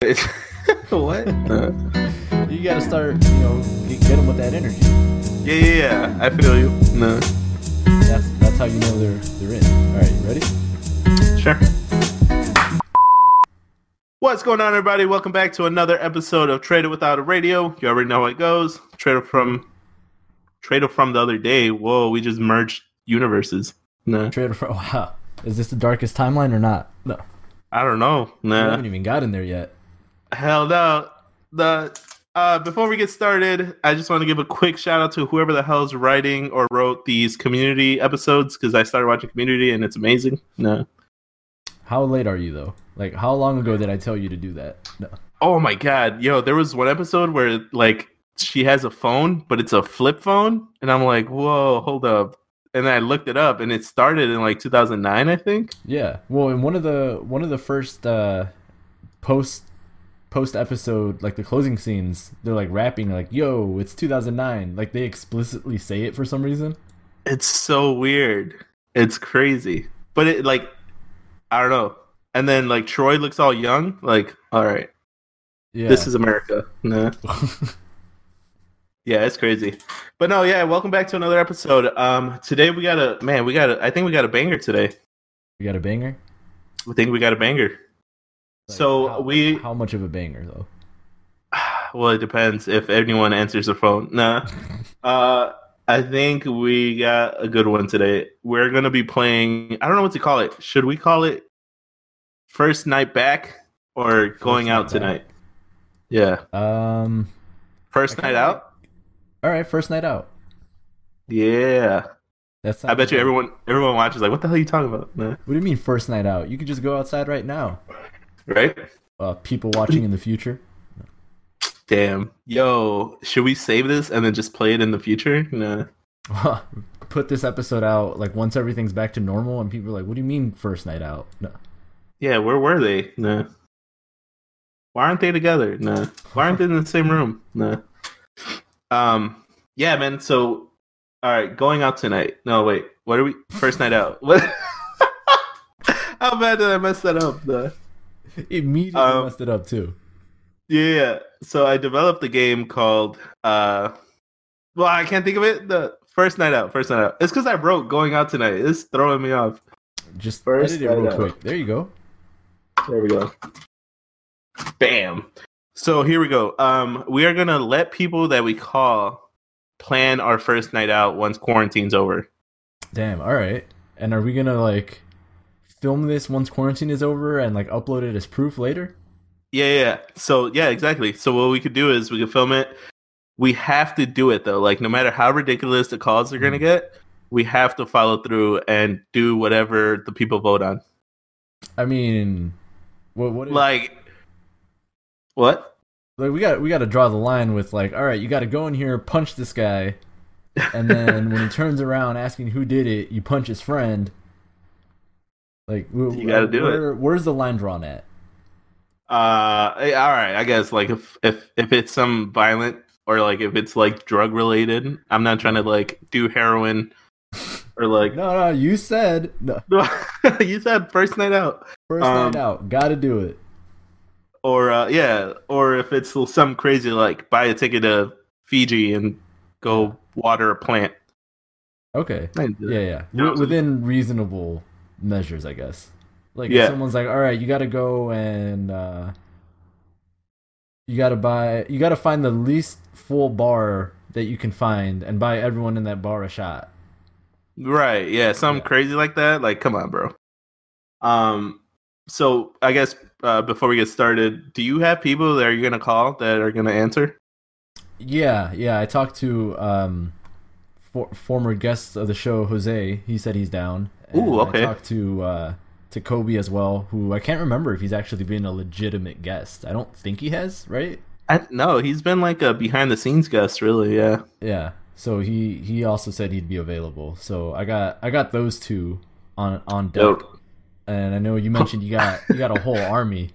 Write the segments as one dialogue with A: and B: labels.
A: It's what? Uh,
B: You gotta start, you know, get, get them with that energy.
A: yeah, yeah, yeah. I feel you. No.
B: That's that's how you know they're they're in. All right, you ready?
A: Sure. What's going on, everybody? Welcome back to another episode of Trader Without a Radio. You already know how it goes. Trader from Trader from the other day. Whoa, we just merged universes. Nah,
B: Trader for wow. Is this the darkest timeline or not? No,
A: I don't know.
B: I
A: Nah,
B: haven't even gotten there yet.
A: Hell no. The uh, before we get started, I just want to give a quick shout out to whoever the hell's writing or wrote these community episodes because I started watching Community and it's amazing. No.
B: How late are you though? Like, how long ago did I tell you to do that? No.
A: Oh my god, yo, there was one episode where like she has a phone, but it's a flip phone, and I'm like, whoa, hold up. And then I looked it up, and it started in like 2009, I think.
B: Yeah. Well, in one of the one of the first uh, post post episode, like the closing scenes, they're like rapping, like "Yo, it's 2009." Like they explicitly say it for some reason.
A: It's so weird. It's crazy, but it like, I don't know. And then like Troy looks all young. Like, all right.
B: Yeah.
A: This is America. Nah. Yeah, it's crazy. But no, yeah, welcome back to another episode. Um today we got a man, we got a I think we got a banger today.
B: you got a banger.
A: We think we got a banger.
B: Like,
A: So
B: how-
A: we-
B: how much of a banger though?
A: Well, it depends if anyone answers the phone. Nah. Uh I think we got a good one today. We're going to be playing I don't know what to call it. Should we call it First Night Back or Going
B: Night
A: Out
B: Back.
A: Tonight? Yeah.
B: Um.
A: First
B: Okay.
A: Night Out?
B: All right, first night out.
A: Yeah.
B: That's
A: I bet you everyone everyone watches like what the hell are you talking about? Nah.
B: What do you mean first night out? You could just go outside right now.
A: Right?
B: Uh, people watching in the future.
A: Damn. Yo, should we save this and then just play it in the future? Nah.
B: Put this episode out like once everything's back to normal, and people are like, "What do you mean first night out?" No.
A: Yeah, where were they? Nah. Why aren't they together? Nah. Why aren't they in the same room? Nah. Um yeah, man, so all right, going out tonight. No, wait. What are we first night out? What How bad did I mess that up? Nah.
B: Immediately
A: Um,
B: messed it up too.
A: Yeah. So I developed a game called uh well, I can't think of it. The first night out, first night out. It's because I wrote going out tonight. It's throwing me off.
B: Just
A: First
B: edit it real
A: night out.
B: quick. There you go.
A: There we go. Bam. So here we go. Um, we are gonna let people that we call plan our first night out once quarantine's over.
B: Damn. All right. And are we gonna like film this once quarantine is over and like upload it as proof later?
A: Yeah, yeah, yeah. So yeah, exactly. So what we could do is we could film it. We have to do it though. Like no matter how ridiculous the calls are gonna get, we have to follow through and do whatever the people vote on.
B: I mean, what? What? If, like,
A: Like what?
B: we got we got to draw the line with like, all right, you got to go in here, punch this guy, and then when he turns around asking who did it, you punch his friend. Like,
A: You gotta do it.
B: it. Where's the line drawn at?
A: Uh, eh, all right. I guess like if if if it's some violent or like if it's like drug related, I'm not trying to like do heroin or like.
B: No, no, you said no.
A: you said first night out,
B: First
A: Um,
B: night out, gotta do it.
A: or uh, yeah, or if it's some crazy like buy a ticket to Fiji and go water a plant.
B: Okay.
A: I didn't do
B: Yeah,
A: that.
B: yeah.
A: Yeah,
B: Wi-
A: so-
B: Within reasonable measures, I guess. Like
A: Yeah.
B: if someone's like, "All right, you got to go and uh, you got to buy, you got to find the least full bar that you can find, and buy everyone in that bar a shot."
A: Right. Yeah. Something
B: Yeah.
A: crazy like that. Like, come on, bro. Um. So I guess uh, before we get started, do you have people that you're gonna call that are gonna answer?
B: Yeah, yeah. I talked to um, for- former guests of the show, Jose. He said he's down. And
A: Ooh, okay.
B: I talked to uh, to Kobe as well, who I can't remember if he's actually been a legitimate guest. I don't think he has, right?
A: I, no, he's been like a behind the scenes guest, really. Yeah.
B: Yeah. So he he also said he'd be available. So I got I got those two on on deck.
A: Dope.
B: And I know you mentioned you got you got a whole army.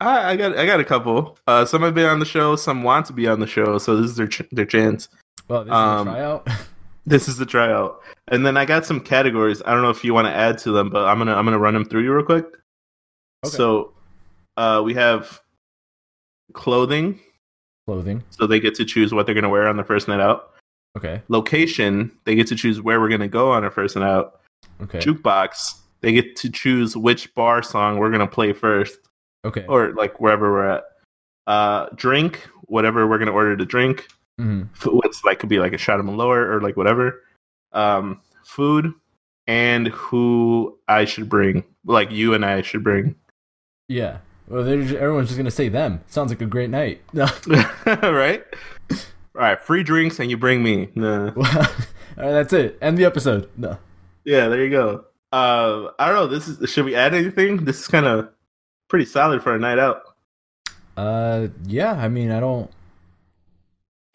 A: I, I got I got a couple. Uh, some have been on the show. Some want to be on the show. So this is their ch- their chance.
B: Well, this
A: Um,
B: is a tryout.
A: This is the tryout. And then I got some categories. I don't know if you want to add to them, but I'm gonna I'm gonna run them through you real quick.
B: Okay.
A: So, uh, we have clothing,
B: Clothing.
A: so they get to choose what they're going to wear on the first night out.
B: Okay.
A: Location, they get to choose where we're going to go on our first night out.
B: Okay.
A: Jukebox, they get to choose which bar song we're going to play first,
B: Okay.
A: or like wherever we're at. Uh, drink, whatever we're going to order to drink.
B: hmm
A: F- What's like could be like a shot of Malor or like whatever. Um, food and who I should bring, like you and I should bring.
B: Yeah. Well, they're just, everyone's just gonna say them. Sounds like a great night. No.
A: right? All right, free drinks and you bring me. Nah.
B: All right, that's it. End the episode. No.
A: Yeah, there you go. Uh, I don't know. This is should we add anything? This is kind of pretty solid for a night out.
B: Uh, yeah. I mean, I don't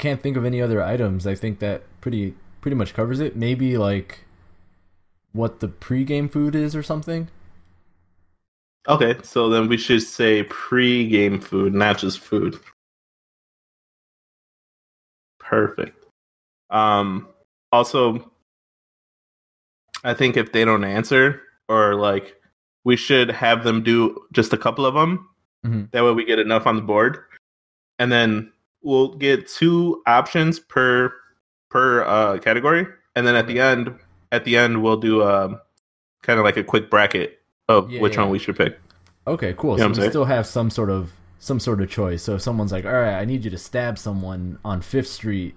B: can't think of any other items. I think that pretty pretty much covers it. Maybe like what the pregame food is or something.
A: Okay, so then we should say pre-game food, not just food. Perfect. Um, also, I think if they don't answer or like, we should have them do just a couple of them.
B: Mhm.
A: That way, we get enough on the board, and then we'll get two options per per uh, category, and then at the end, at the end, we'll do um, kind of like a quick bracket of
B: Yeah,
A: which
B: yeah.
A: one we should pick.
B: Okay, cool.
A: Yeah,
B: so
A: I'm
B: we
A: sorry.
B: still have some sort of some sort of choice. So if someone's like, "All right, I need you to stab someone on Fifth Street,"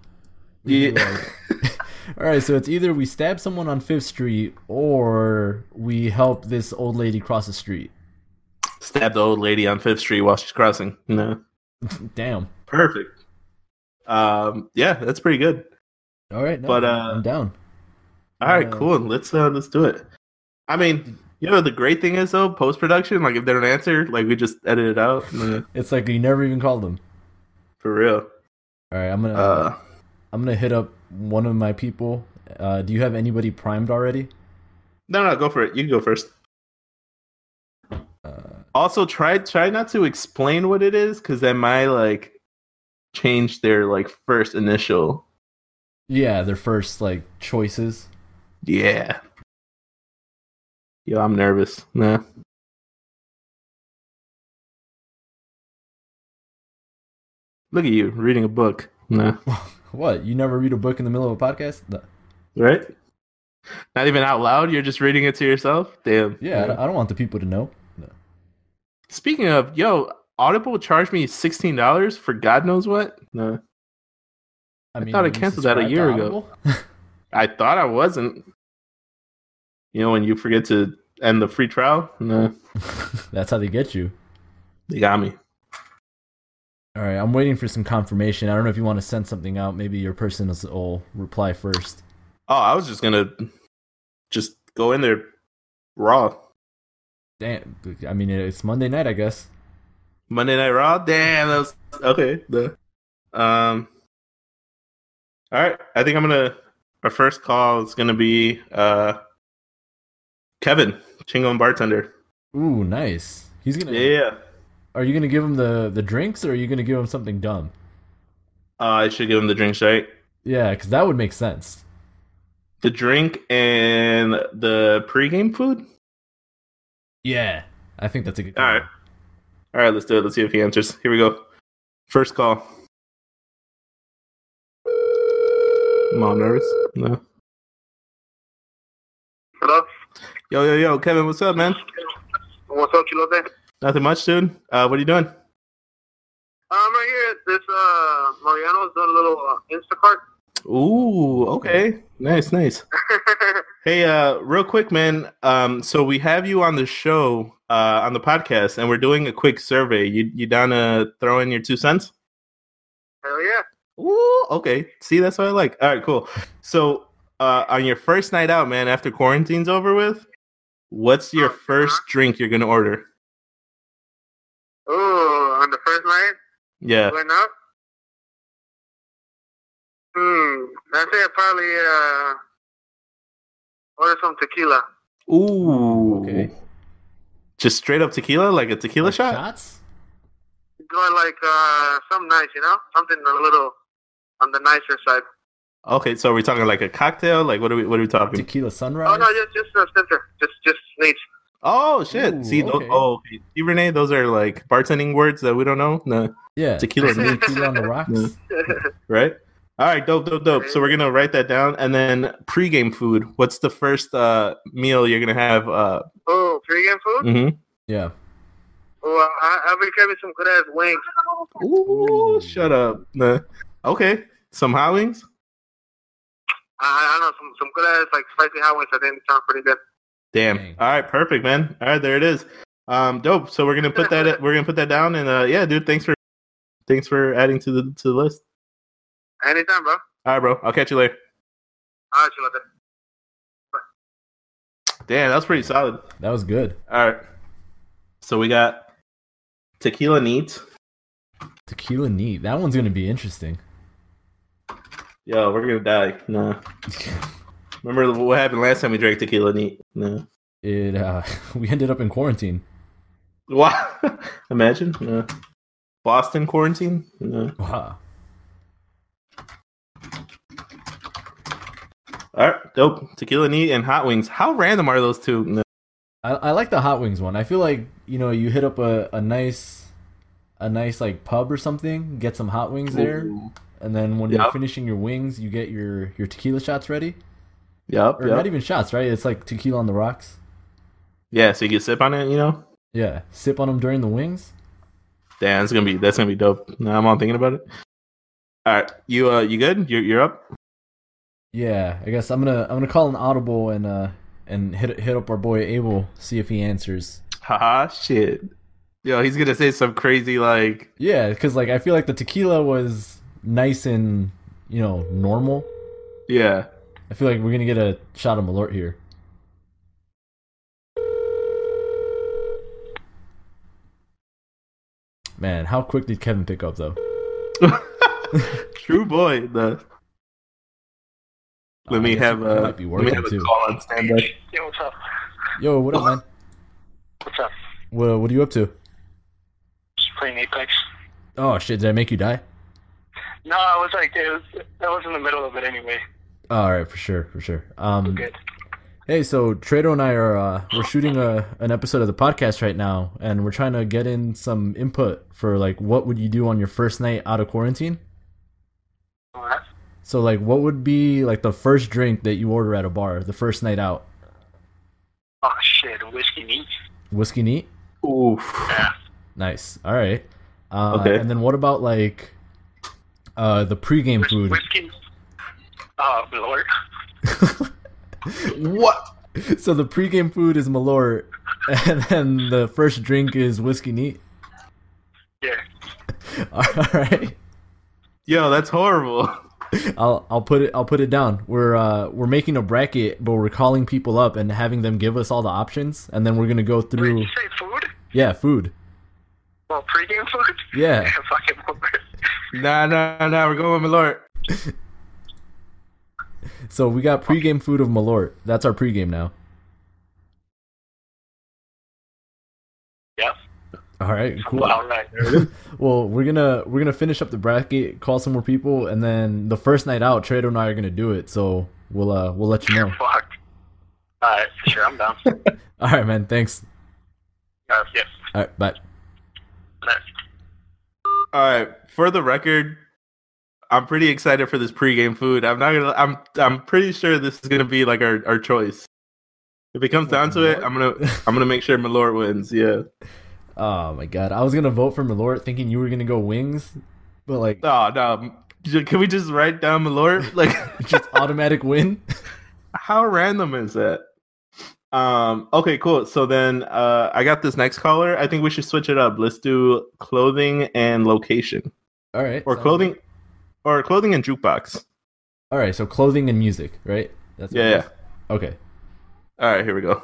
B: we could be
A: Yeah.
B: like, All right, so it's either we stab someone on Fifth Street or we help this old lady cross the street.
A: Stab the old lady on Fifth Street while she's crossing. No,
B: Damn.
A: perfect. Um, yeah, that's pretty good.
B: All right, no,
A: But, uh,
B: I'm down.
A: All right,
B: Uh,
A: cool. Let's uh, let's do it. I mean, you know, the great thing is though, post production. Like, if they don't answer, like we just edit it out Nah,
B: It's like you never even called them.
A: for real.
B: All right, I'm gonna
A: Uh,
B: I'm gonna hit up one of my people. Uh, do you have anybody primed already?
A: no, no, go for it. You can go first.
B: Uh,
A: Also, try try not to explain what it is, because that might like change their like first initial.
B: yeah, their first like choices.
A: Yeah. Yo, I'm nervous. Nah. Look at you reading a book. Nah.
B: What? You never read a book in the middle of a podcast? No.
A: Right? Not even out loud. You're just reading it to yourself. Damn.
B: Yeah, I don't- I don't want the people to know. No.
A: Speaking of, yo, Audible charged me sixteen dollars for God knows what. Nah. I thought I
B: you
A: canceled that a
B: subscribe
A: year
B: to
A: ago.
B: Audible?
A: I thought I wasn't. You know when you forget to end the free trial? Nah.
B: That's how they get you.
A: They got me.
B: All right, I'm waiting for some confirmation. I don't know if you want to send something out. Maybe your person is- will reply first.
A: Oh, I was just gonna just go in there raw.
B: Damn, I mean it's Monday night, I guess.
A: Monday Night Raw. Damn, that was okay. The um, all right. I think I'm gonna. Our first call is gonna be uh, Kevin Chingo and bartender.
B: Ooh, nice. He's gonna.
A: Yeah,
B: Are you gonna give him the the drinks, or are you gonna give him something dumb?
A: uh, I should give him the drinks right.
B: Yeah, because that would make sense.
A: The drink and the pregame food.
B: Yeah, I think that's a good.
A: All right. All right, let's do it. Let's see if he answers. Here we go. First call. Mom nervous? No.
C: Hello?
A: Yo, yo, yo, Kevin, what's up, man?
C: What's up, Chilote?
A: Nothing much, dude. Uh, what are you doing?
C: I'm right here at this, uh, Mariano's doing a little uh, Instacart.
A: Ooh, okay. Nice, nice. Hey, uh, real quick, man. Um, so we have you on the show, uh, on the podcast, and we're doing a quick survey. You you down to throw in your two cents?
C: Hell yeah.
A: Ooh, okay. See, that's what I like. All right, cool. So, uh, on your first night out, man, after quarantine's over with, what's your first drink you're gonna order?
C: Ooh, on the first night,
A: Yeah.
C: going up? Hmm, I'd say I probably, uh, order some tequila.
A: Ooh.
B: Okay.
A: Just straight up tequila, like a tequila shot.
B: Shots.
C: Going like, uh, something nice, you know? Something a little on the nicer side.
A: Okay, so are we talking like a cocktail? Like, what are we? What are we talking?
B: Tequila sunrise.
C: Oh, no, uh, just, just a center. Just, just neat.
A: Oh shit!
B: Ooh,
A: See, those,
B: okay.
A: oh, okay. See, Renee, those are like bartending words that we don't know. No,
B: Yeah.
A: Tequila.
B: Tequila on the rocks.
A: Yeah. right? All right, dope, dope, dope. So we're gonna write that down, and then pregame food. What's the first uh, meal you're gonna have? Uh,
C: oh, pregame food?
A: mhm.
B: Yeah.
C: Oh, I, I've been craving some good ass wings.
A: Ooh, shut up. Nah. Okay, some hot wings.
C: I, I don't know, some, some good ass, like, spicy hot wings. I think it sounds pretty good.
A: Damn.
B: Dang.
A: All right, perfect, man. All right, there it is. Um, dope. So we're gonna put that. We're gonna put that down, and uh, yeah, dude. Thanks for, thanks for adding to the to the list.
C: Anytime, bro.
A: All right, bro. I'll catch you later.
C: I'll chill out there.
A: Damn, that's pretty solid.
B: That was good.
A: All right. So we got tequila neat.
B: Tequila neat. That one's gonna be interesting.
A: Yo, we're gonna die. Nah. Remember what happened last time we drank tequila neat? No.
B: It uh we ended up in quarantine.
A: Wow. Imagine. No. Boston quarantine? No.
B: Wow.
A: All right. Dope. Tequila neat and hot wings. How random are those two? No.
B: I, I like the hot wings one. I feel like, you know, you hit up a, a nice a nice like pub or something, get some hot wings there, and then when
A: Yeah.
B: you're finishing your wings, you get your your tequila shots ready.
A: Yep.
B: Or
A: yep.
B: not even shots, right? It's like tequila on the rocks.
A: Yeah. So you can sip on it. You know.
B: Yeah, sip on them during the wings.
A: Damn, it's gonna be that's gonna be dope. Now I'm on thinking about it. All right. You uh, you good? You're you're up.
B: Yeah, I guess I'm gonna I'm gonna call an audible and uh and hit hit up our boy Abel see if he answers.
A: Haha. Shit. Yo, he's gonna say some crazy like.
B: Yeah, because like I feel like the tequila was nice and you know normal.
A: Yeah.
B: I feel like we're gonna get a shot of Malort here. Man, how quick did Kevin pick up though?
A: True boy. The
B: I
A: let me
B: guess
A: have
B: it
A: a
B: might be
A: let me
B: working,
A: have a
B: too.
A: call on standby.
C: Yo, what's up?
B: Yo, what up, man?
C: What's up?
B: What what are you up to?
C: Just playing Apex.
B: Oh shit, did I make you die?
C: No, I was like, it was, I was in the middle of it anyway.
B: All right, for sure, for sure. Um, Hey, so Trado and I are uh, we're shooting a an episode of the podcast right now, and we're trying to get in some input for like what would you do on your first night out of quarantine. So like, what would be like the first drink that you order at a bar the first night out?
C: Oh, shit, whiskey neat.
B: Whiskey neat,
A: Oof.
B: nice. All right. Uh,
A: Okay.
B: And then what about like uh, the pregame food?
C: Whiskey. Oh, Lord.
A: What?
B: so the pregame food is Malort, and then the first drink is whiskey neat.
C: Yeah.
B: All right.
A: Yo, that's horrible.
B: I'll I'll put it I'll put it down. We're uh we're making a bracket, but we're calling people up and having them give us all the options, and then we're gonna go
C: Wait,
B: through.
C: you say food?
B: Yeah, food.
C: Well, pregame food?
B: Yeah.
C: Fucking Lord.
A: Nah, nah, nah. We're going with Malort.
B: So we got pregame food of Malort. That's our pregame now.
C: Yep.
B: All right, cool.
C: All right.
B: Well, we're gonna we're gonna finish up the bracket, call some more people, and then the first night out, Trado and I are gonna do it. So we'll uh we'll let you know.
C: Fuck. All right, sure, I'm down. All
B: All right, man. Thanks.
C: right, yeah.
B: All right, bye.
C: All right.
A: All right. For the record, I'm pretty excited for this pregame food. I'm not gonna. I'm. I'm pretty sure this is gonna be like our, our choice. If it comes down to it, I'm gonna. I'm gonna make sure Malort wins. Yeah.
B: Oh my god, I was gonna vote for Malort, thinking you were gonna go wings, but like
A: No, no. j- Can we just write down Malort? Like,
B: just automatic win.
A: how random is that? Um. Okay. Cool. So then, uh, I got this next caller. I think we should switch it up. Let's do clothing and location,
B: All right.
A: or
B: sounds
A: clothing, or clothing and jukebox.
B: All right, so clothing and music, right? That's what
A: Yeah,
B: it
A: yeah.
B: is. Okay.
A: All right, here we go.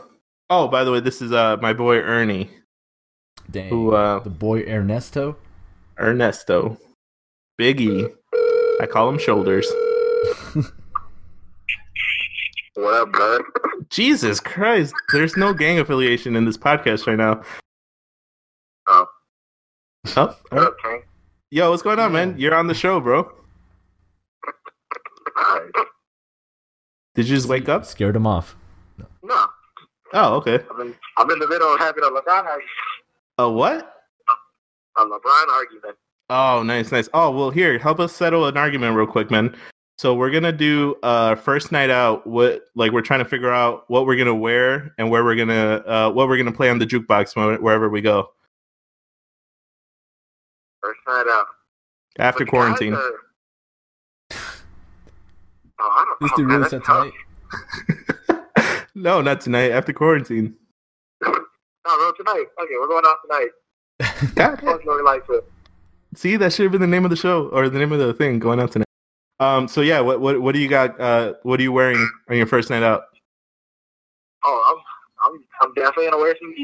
A: Oh, by the way, this is uh my boy Ernie,
B: Dang.
A: who uh
B: the boy Ernesto.
A: Ernesto, Biggie. I call him shoulders.
C: What up, bud?
A: Jesus Christ, there's no gang affiliation in this podcast right now.
C: Oh.
A: Oh, oh.
C: Okay.
A: Yo, what's going on, man? You're on the show, bro.
C: All right.
A: Did you just wake up?
B: Scared him off.
C: No.
A: Oh, okay.
C: I'm in, I'm in the middle of having a LeBron argument.
A: A what?
C: A LeBron argument.
A: Oh, nice, nice. Oh, well, here, help us settle an argument real quick, man. So we're gonna do uh first night out. What like we're trying to figure out what we're gonna wear and where we're gonna uh what we're gonna play on the jukebox when- wherever we go
C: First night out.
A: after
C: With guys
A: quarantine.
C: or- Oh, I don't
B: This
C: know,
B: dude
C: man,
B: really
C: that's
B: sets
C: tough.
B: tight.
A: no, not tonight. After quarantine.
C: No, bro, tonight. Okay, we're going out tonight.
A: God,
C: Fuck Lori Lightfoot.
A: see, that should have been the name of the show or the name of the thing going out tonight. Um. So yeah, what what what do you got? Uh, what are you wearing on your first night out?
C: Oh, I'm, I'm, I'm definitely gonna wear some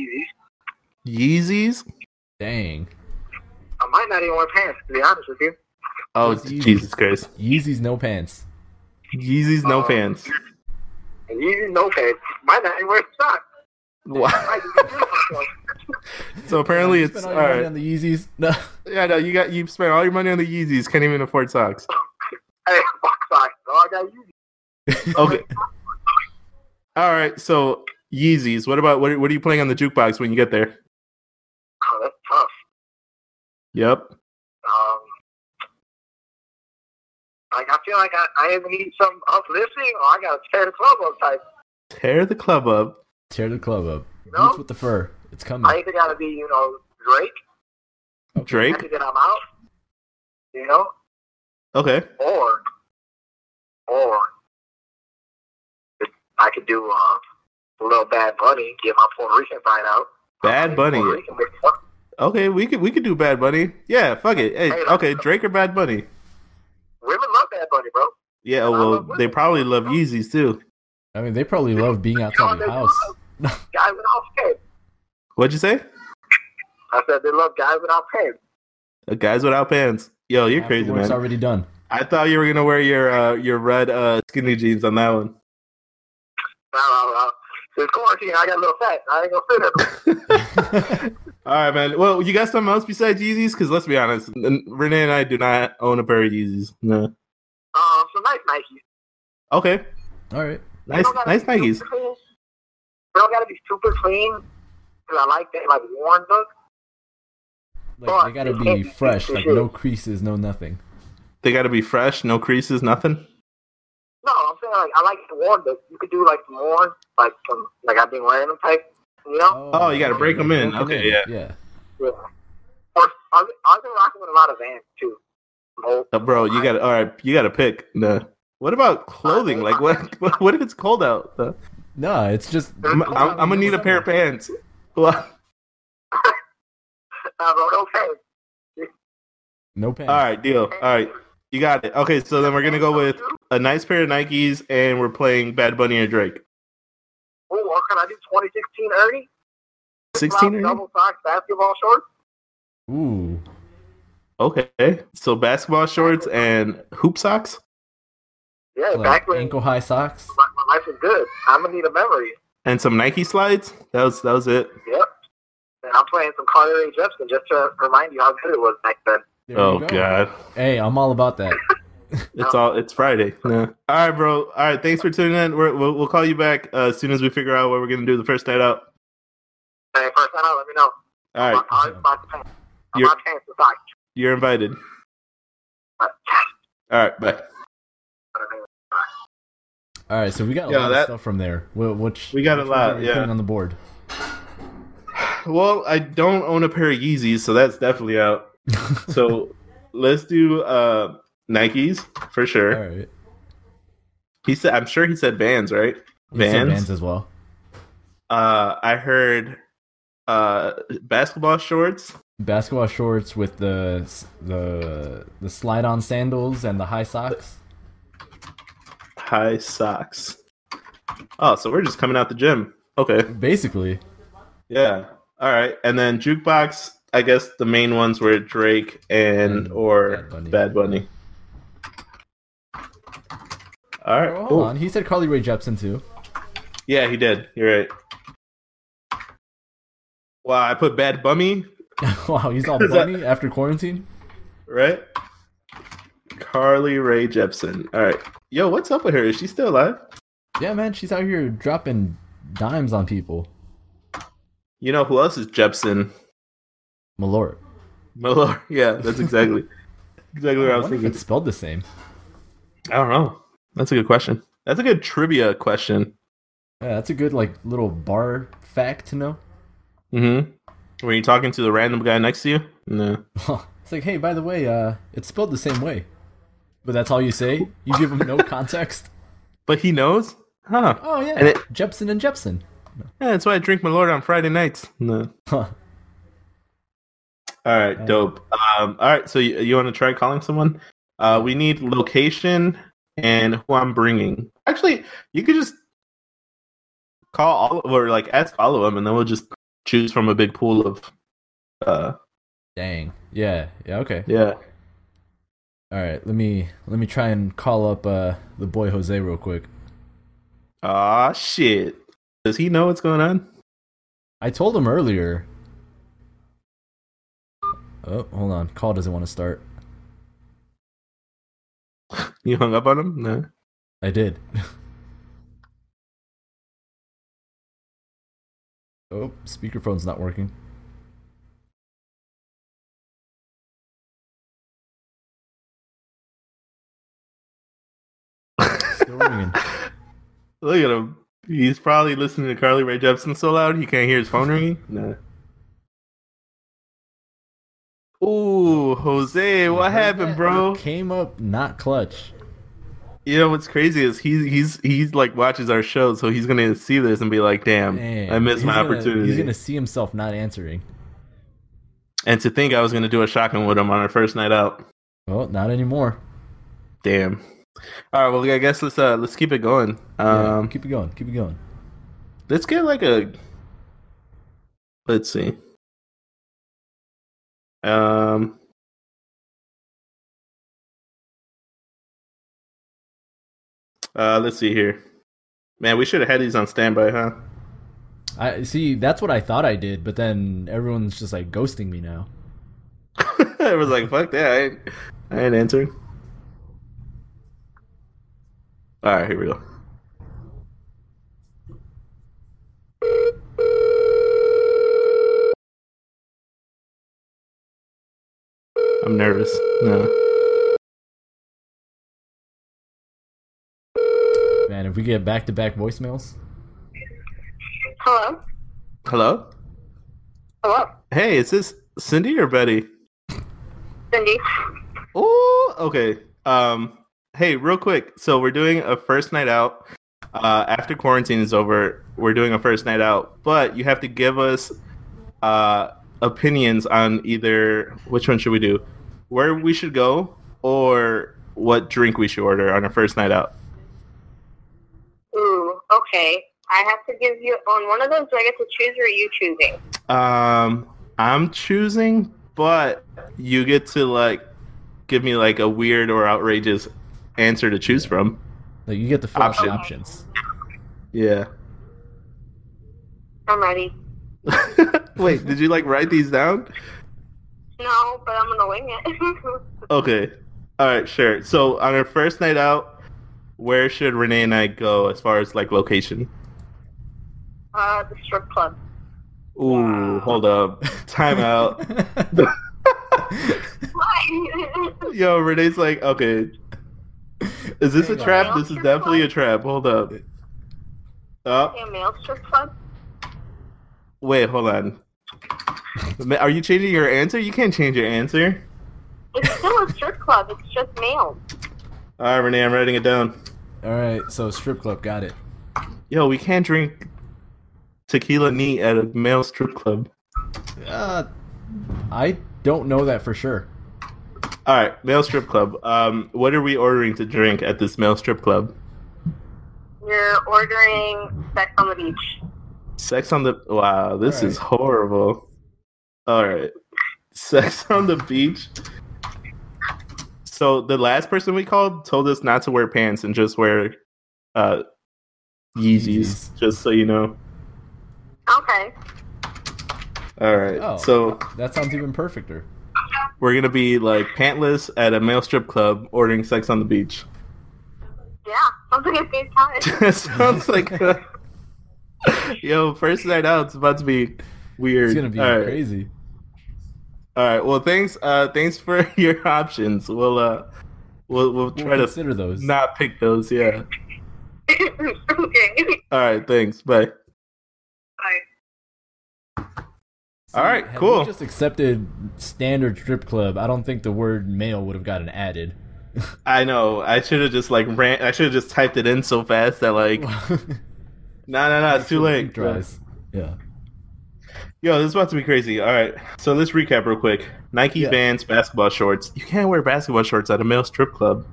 C: Yeezys.
A: Yeezys.
B: Dang.
C: I might not even wear pants, to be honest with you.
A: Oh,
B: Those Yeezys.
A: Jesus Christ.
B: Yeezys, no pants.
A: Yeezys, no
C: Oh.
A: fans.
C: And Yeezys, no pants. Might not even wear socks. Might just be doing myself.
A: so apparently
B: You
A: it's
B: spent
A: all
B: all your money
A: right.
B: on the Yeezys. No.
A: Yeah, no, you got you spent all your money on the Yeezys, can't even afford socks.
C: Hey, fuck socks. bro. I got Yeezys.
A: Okay. all right, so Yeezys. What about what? What are you playing on the jukebox when you get there?
C: Oh, that's tough.
A: Yep.
C: Um, like I feel like I, I either need some uplifting or I gotta tear the club up type.
A: Tear the club up.
B: Tear the club up.
C: No.
B: Boots with the fur. It's coming.
C: I either gotta be, you know, Drake,
A: Drake.
C: happy that I'm out, you know,
A: Okay.
C: or or I could do uh, a little Bad Bunny, get my Puerto Rican side out.
A: Bad Bunny.
C: Puerto Rican, but fuck,
A: Okay, we could we could do Bad Bunny. Yeah, fuck it. Hey,
C: Hey,
A: okay, Drake or Bad Bunny.
C: Women love Bad Bunny, bro.
A: Yeah, well, they probably love Yeezys too.
B: I mean, they probably love being outside the house.
C: Guys without pants.
A: What'd you say?
C: I said they love guys without pants.
A: Uh, guys without pants. Yo, you're
B: Half the
A: crazy,
B: work's
A: man.
B: already done.
A: I thought you were gonna wear your uh, your red uh, skinny jeans on that one.
C: Nah, nah, nah. This quarantine, I got a little fat. I ain't gonna fit it.
A: All right, man. Well, you got something else besides Yeezys? Because let's be honest, n- Renee and I do not own a pair of Yeezys. No.
C: Um, some nice Nikes.
A: Okay.
B: All right.
C: They
A: Nice,
C: don't gotta
A: nice
C: be
A: Nikes.
C: super clean. They don't gotta be super clean. 'cause I like that like worn look.
B: Like, they gotta be fresh. Like, no creases, no nothing.
A: They got to be fresh, no creases, nothing.
C: No, I'm saying like I like the worn look. You could do like some worn, like some like I've been wearing them type. You know,
A: Oh, you gotta break 'em in.
B: Break 'em
A: Okay, yeah.
B: Yeah.
C: yeah. Or I've been- I've been rocking with a lot of Vans too. Oh,
A: Uh, bro, you got to all right. You got to pick. No. What about clothing? Like, what? What, what if it's cold out? Uh,
B: No, it's just.
A: I'm, I'm, I'm gonna need a pair of pants. Well,
C: I wrote okay.
B: No pants.
A: all right, deal. All right, you got it. Okay, so then we're gonna go with a nice pair of Nikes, and we're playing Bad Bunny or Drake.
C: Oh, or can I do 2016 Ernie?
A: Sixteen. or-
C: double socks basketball shorts.
B: Ooh.
A: Okay, so basketball shorts and hoop socks.
C: Yeah,
B: Like,
C: back when
B: ankle high socks.
C: my, my life was good. I'm gonna need a memory.
A: and some Nike slides. That was that was it.
C: Yep. And I'm playing some Carly Rae Jepsen just to remind you how good it was back then.
B: There
A: oh
B: you go.
A: god,
B: Hey, I'm all about that.
A: it's all it's Friday. Yeah. All right, bro. All right, thanks for tuning in. We're, we'll we'll call you back uh, as soon as we figure out what we're gonna do the first night out.
C: Hey, first time out, let me know.
A: All right,
C: I'm about to pants. I'm
A: You're-
C: about to pants the socks.
A: you're invited.
C: But,
A: All right, bye.
B: All right, so we got a
A: Yeah,
B: lot
A: that-
B: of stuff from there. Wh- Which
A: We got a
B: which ones are
A: lot,
B: we
A: yeah.
B: putting on the board.
A: Well, I don't own a pair of Yeezys, so that's definitely out. so let's do uh, Nikes for
B: All
A: sure.
B: right,
A: He said, I'm sure he said Vans, right?
B: You said
A: Vans?
B: Vans as well.
A: Uh, I heard uh, basketball shorts.
B: Basketball shorts with the s- the the slide on sandals and the high socks.
A: high socks. Oh, so we're just coming out the gym. Okay.
B: Basically,
A: Yeah. All right. And then jukebox. I guess the main ones were Drake and
B: And
A: or Bad
B: Bad
A: Bunny.
B: Bunny.
A: All right.
B: Oh,
A: cool.
B: hold on. He said Carly Rae Jepsen too.
A: Yeah, he did. You're right. Wow, I put Bad Bummy,
B: wow, he's all
A: Is that-
B: bunny after quarantine.
A: right? Carly Ray Jepsen. All right. Yo, what's up with her? Is she still alive?
B: Yeah, man, she's out here dropping dimes on people.
A: You know who else is Jepsen?
B: Malort.
A: Malor. Yeah, that's exactly exactly what I
B: I
A: was
B: wonder if
A: thinking.
B: it's spelled the same.
A: I don't know. That's a good question. That's a good trivia question.
B: Yeah, that's a good like little bar fact to know.
A: Mm-hmm. Were you talking to the random guy next to you? No.
B: it's like, hey, by the way, uh, it's spelled the same way. But that's all you say. You give them no context.
A: But he knows? Huh.
B: Oh yeah,
A: And it-
B: Jepson and Jepson.
A: Yeah, that's why I drink my lord on Friday nights. No.
B: Huh.
A: All right,
B: Uh,
A: dope. Um, all right, so you, you want to try calling someone? Uh, we need location and who I'm bringing. Actually, you could just call all or like ask all of them, and then we'll just choose from a big pool of. Uh,
B: Dang. Yeah. Yeah. Okay.
A: yeah.
B: All right. Let me let me try and call up uh the boy Jose real quick.
A: Ah, shit. Does he know what's going on?
B: I told him earlier. Oh, hold on. Call doesn't want to start.
A: You hung up on him? No.
B: I did. oh, speakerphone's not working. Still ringing.
A: Look at him. He's probably listening to Carly Rae Jepsen so loud he can't hear his phone ringing. No. Ooh, Jose, what happened, bro?
B: Came up not clutch.
A: You know what's crazy is he's he's he's like watches our show, so he's gonna see this and be like, "Damn,
B: Damn.
A: I missed
B: He's
A: my
B: gonna-
A: opportunity."
B: He's gonna see himself not answering.
A: And to think I was gonna do a shotgun with him on our first night out.
B: Well, not anymore.
A: Damn. All right, well, I guess let's uh let's keep it going.
B: Yeah,
A: Um,
B: keep it going. Keep it going.
A: let's get like a. Let's see. Um. Uh, let's see here. Man, we should have had these on standby, huh?
B: I see. That's what I thought I did, but then everyone's just like ghosting me now.
A: I was like, fuck that. I ain't, I ain't answering. All right, here we go. I'm nervous. No.
B: Man, if we get back to back voicemails,
C: Hello?
A: Hello?
C: Hello?
A: Hey, is this Cindy or Betty?
C: Cindy?
A: Oh, okay. Um, hey, real quick. So we're doing a first night out. Uh, after quarantine is over, we're doing a first night out, but you have to give us uh, opinions on either which one should we do, where we should go, or what drink we should order on our first night out.
C: Ooh, okay. I have to give you, on one of those, do I get to choose or are you choosing?
A: Um, I'm choosing, but you get to like give me like a weird or outrageous answer to choose from.
B: like you get to fill out the
C: Option.
B: options.
A: Yeah.
C: I'm ready.
A: Wait, did you like write these down?
C: No, but I'm gonna wing it.
A: Okay. All right, sure. So on our first night out, where should Renee and I go as far as like location?
C: uh, the strip club.
A: Ooh, hold up. Time out.
C: What?
A: Yo, Renee's like, okay. Is this a
B: Hang on.
A: trap? This is definitely a trap. Hold up. Oh,
C: a male strip club?
A: wait, hold on. Ma- Are you changing your answer? You can't change your answer.
C: It's still a strip club. It's just males.
A: All right, Renee, I'm writing it down.
B: All right, so strip club got it.
A: Yo, we can't drink tequila neat at a male strip club.
B: Uh, I don't know that for sure.
A: All right, male strip club. Um, what are we ordering to drink at this male strip club?
C: You're ordering sex on the beach.
A: Sex on the wow, this
B: All
A: is horrible. All right, sex on the beach. So the last person we called told us not to wear pants and just wear uh, Yeezys.
B: Yeezys.
A: Just so you know.
C: Okay.
A: All right,
B: Oh.
A: so
B: That sounds even perfecter.
A: we're gonna be like pantless at a male strip club, ordering sex on the beach.
C: Yeah. Sounds like a good time.
A: Sounds like. Yo, first night out, it's about to be weird.
B: It's gonna be
A: All right.
B: crazy.
A: All right. Well, thanks. Uh, thanks for your options. We'll uh, we'll we'll
B: We'll
A: try to
B: consider those.
A: not pick those. Yeah.
C: okay.
A: All right. Thanks. Bye.
C: Bye.
B: See,
A: All right,
B: had we
A: cool.
B: just accepted standard strip club. I don't think the word male would have gotten added.
A: I know. I should have just like ran. I should have just typed it in so fast that like, no, no, no. It's too late.
B: Dries. Yeah.
A: Yo, this is about to be crazy. All right. So let's recap real quick. Nike
B: Yeah.
A: bans basketball shorts. You can't wear basketball shorts at a male strip club.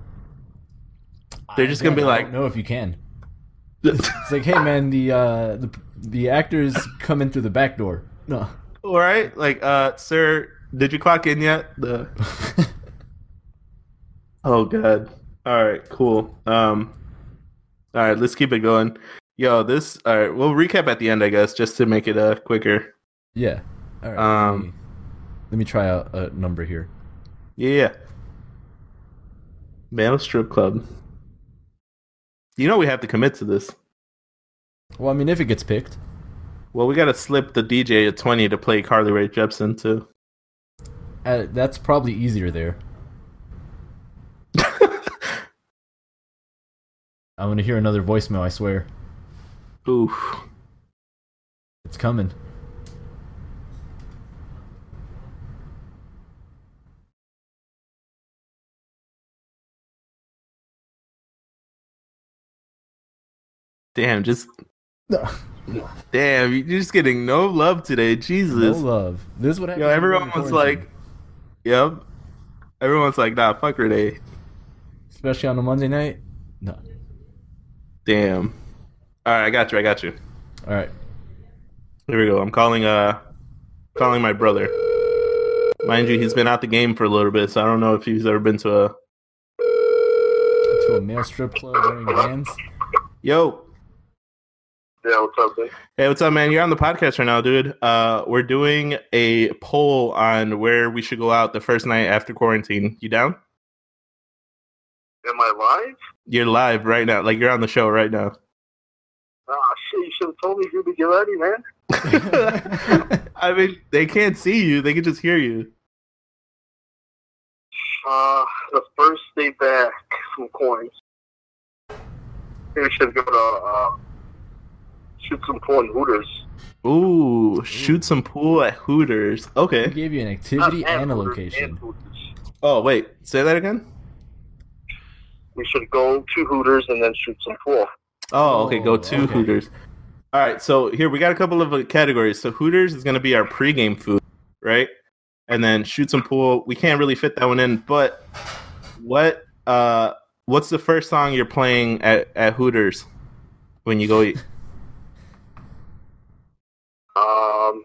A: They're just gonna be like-
B: no, if you can. It's like, hey man, the uh, the the actors come in through the back door. No.
A: All right. Like, uh, sir, did you clock in yet? The Oh god. All right, cool. Um All right, let's keep it going. Yo, this all right, we'll recap at the end I guess just to make it uh quicker.
B: yeah. All right.
A: Um,
B: let, me, let me try out a number here.
A: Yeah. Male strip club. You know we have to commit to this.
B: Well, I mean, if it gets picked,
A: Well, we got to slip the DJ at 20 to play Carly Rae Jepsen too.
B: uh, that's probably easier there. I'm gonna hear another voicemail. I swear,
A: Oof.
B: it's coming.
A: Damn, just
B: No,
A: damn, you're just getting no love today.
B: no
A: Jesus.
B: love. This is what happens.
A: Yo,
B: when you
A: everyone
B: live in
A: was
B: quarantine,
A: like Yep. Everyone's like, "Nah, fuck Renee."
B: especially on a Monday night. No.
A: Damn. All right, I got you. I got you.
B: All right.
A: Here we go. I'm calling uh calling my brother. Mind you, he's been out the game for a little bit, so I don't know if he's ever been to a
B: To a male strip club wearing vans.
A: Yo.
C: Yeah, what's up, dude?
A: Hey, what's up, man? You're on the podcast right now, dude. Uh we're doing a poll on where we should go out the first night after quarantine. You down?
C: Am I live?
A: You're live right now. Like you're on the show right now.
C: Ah, shit, you should have told me you to get ready, man.
A: I mean, they can't see you. They can just hear you.
C: Uh, the first day back from coins. Maybe we should go to, uh, shoot some porn hooters.
A: Ooh, shoot some pool at Hooters.
B: We
A: Okay.
B: gave you an activity
C: Not at
B: and a
C: Hooters,
B: location.
C: and Hooters.
A: Oh, wait. Say that again?
C: We should go to Hooters and then shoot some pool.
A: Oh, okay. Go
B: Oh,
A: to
B: okay.
A: Hooters. All right. So here we got a couple of uh, categories. So Hooters is going to be our pregame food, right? And then shoot some pool. We can't really fit that one in, but what uh what's the first song you're playing at at Hooters when you go eat?
C: Um,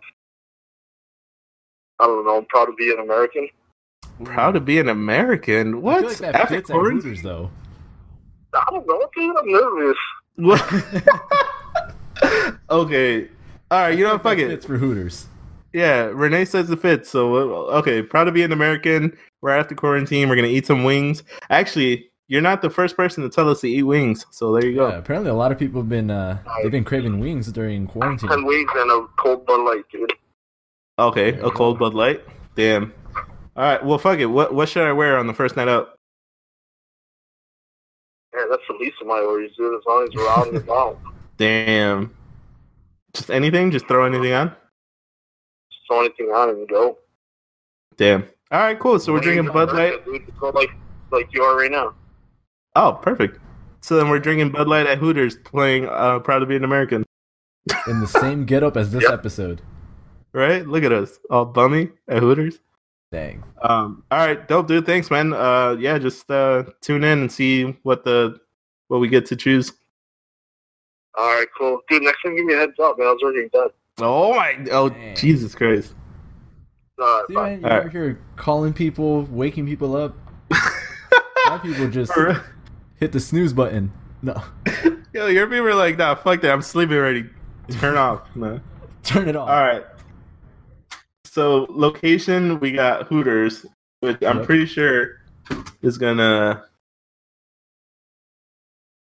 C: I don't know, proud to be an American.
A: Proud to be an American.
B: I
A: What?
B: feel like that
A: After
B: fits at
A: quarantine?
B: Hooters, though.
C: I don't know, dude, I'm nervous.
A: What? okay. All right, you know,
B: I
A: what, fuck
B: think
A: it.
B: Fits for Hooters.
A: Yeah, Renee says it fits. So uh, okay, proud to be an American. We're after quarantine. We're gonna eat some wings. Actually, you're not the first person to tell us to eat wings. So there you
B: Yeah,
A: go.
B: Uh, apparently, a lot of people have been uh, they've been craving wings during
C: Ten
B: quarantine.
C: weeks and a cold Bud Light, dude.
A: Okay, a cold Bud Light. Damn. All right. Well, fuck it. What what should I wear on the first night out?
C: Yeah, that's the least of my worries, dude, as long as we're out and about.
A: Damn. Just anything. Just throw anything on.
C: Just throw anything on and go.
A: Damn. All right. Cool. So we're drinking Bud Light.
C: Dude, it's not like, like you are right now.
A: Oh, perfect. So then we're drinking Bud Light at Hooters, playing uh, "Proud to Be an American."
B: in the same getup as this
C: Yep.
B: episode.
A: Right? Look at us, all bummy at Hooters.
B: Dang.
A: Um, all right, dope, dude. Thanks, man. Uh, yeah, just uh, tune in and see what the what we get to choose.
C: All right, cool. Dude, next time give me a heads up, man. I was already done.
A: Oh my! Oh
B: Man.
A: Jesus Christ!
C: All
B: See,
C: right,
B: man, you're
A: All right.
B: over here calling people, waking people up. A lot of people just
A: For real.
B: hit the snooze button. No,
A: Yo, your people are like, nah, fuck that. I'm sleeping already. Turn off. No.
B: turn it off.
A: All right. So location, we got Hooters, which I'm
B: Yep.
A: pretty sure is gonna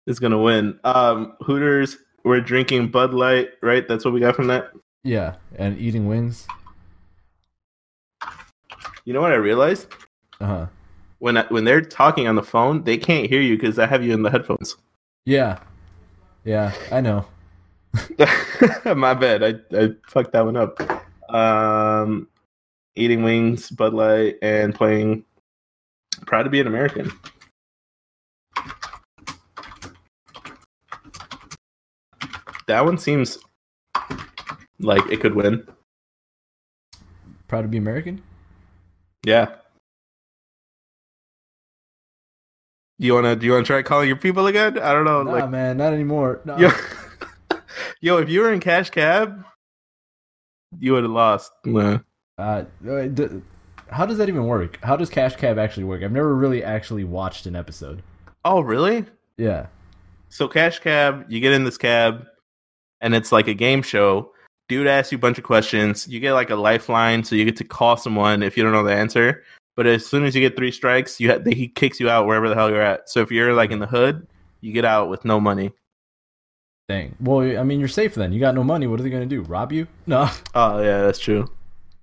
A: is gonna win. Um, Hooters we're drinking Bud Light, right? That's what we got from that.
B: Yeah, and eating wings.
A: You know what I realized
B: Uh huh.
A: when I, when they're talking on the phone, they can't hear you because I have you in the headphones.
B: Yeah, yeah, I know.
A: My bad, I I fucked that one up. Um, eating wings, Bud Light, and playing "Proud to Be an American." That one seems like it could win.
B: Proud to be American.
A: Yeah. You wanna do you wanna try calling your people again? I don't know.
B: nah,
A: Oh, like
B: man, not anymore. Nah.
A: yo, Uh, yo, if you were in cash cab, you would have lost. Nah.
B: Uh, d- how does that even work? How does Cash Cab actually work? I've never really actually watched an episode.
A: Oh really?
B: Yeah.
A: So cash cab, you get in this cab, and it's like a game show. Dude asks you a bunch of questions. You get like a lifeline, so you get to call someone if you don't know the answer. But as soon as you get three strikes, you ha- they, he kicks you out wherever the hell you're at. So if you're like in the hood, you get out with no money.
B: Dang. Well, I mean, you're safe then. You got no money. What are they gonna do? Rob you? No.
A: Oh yeah, that's true.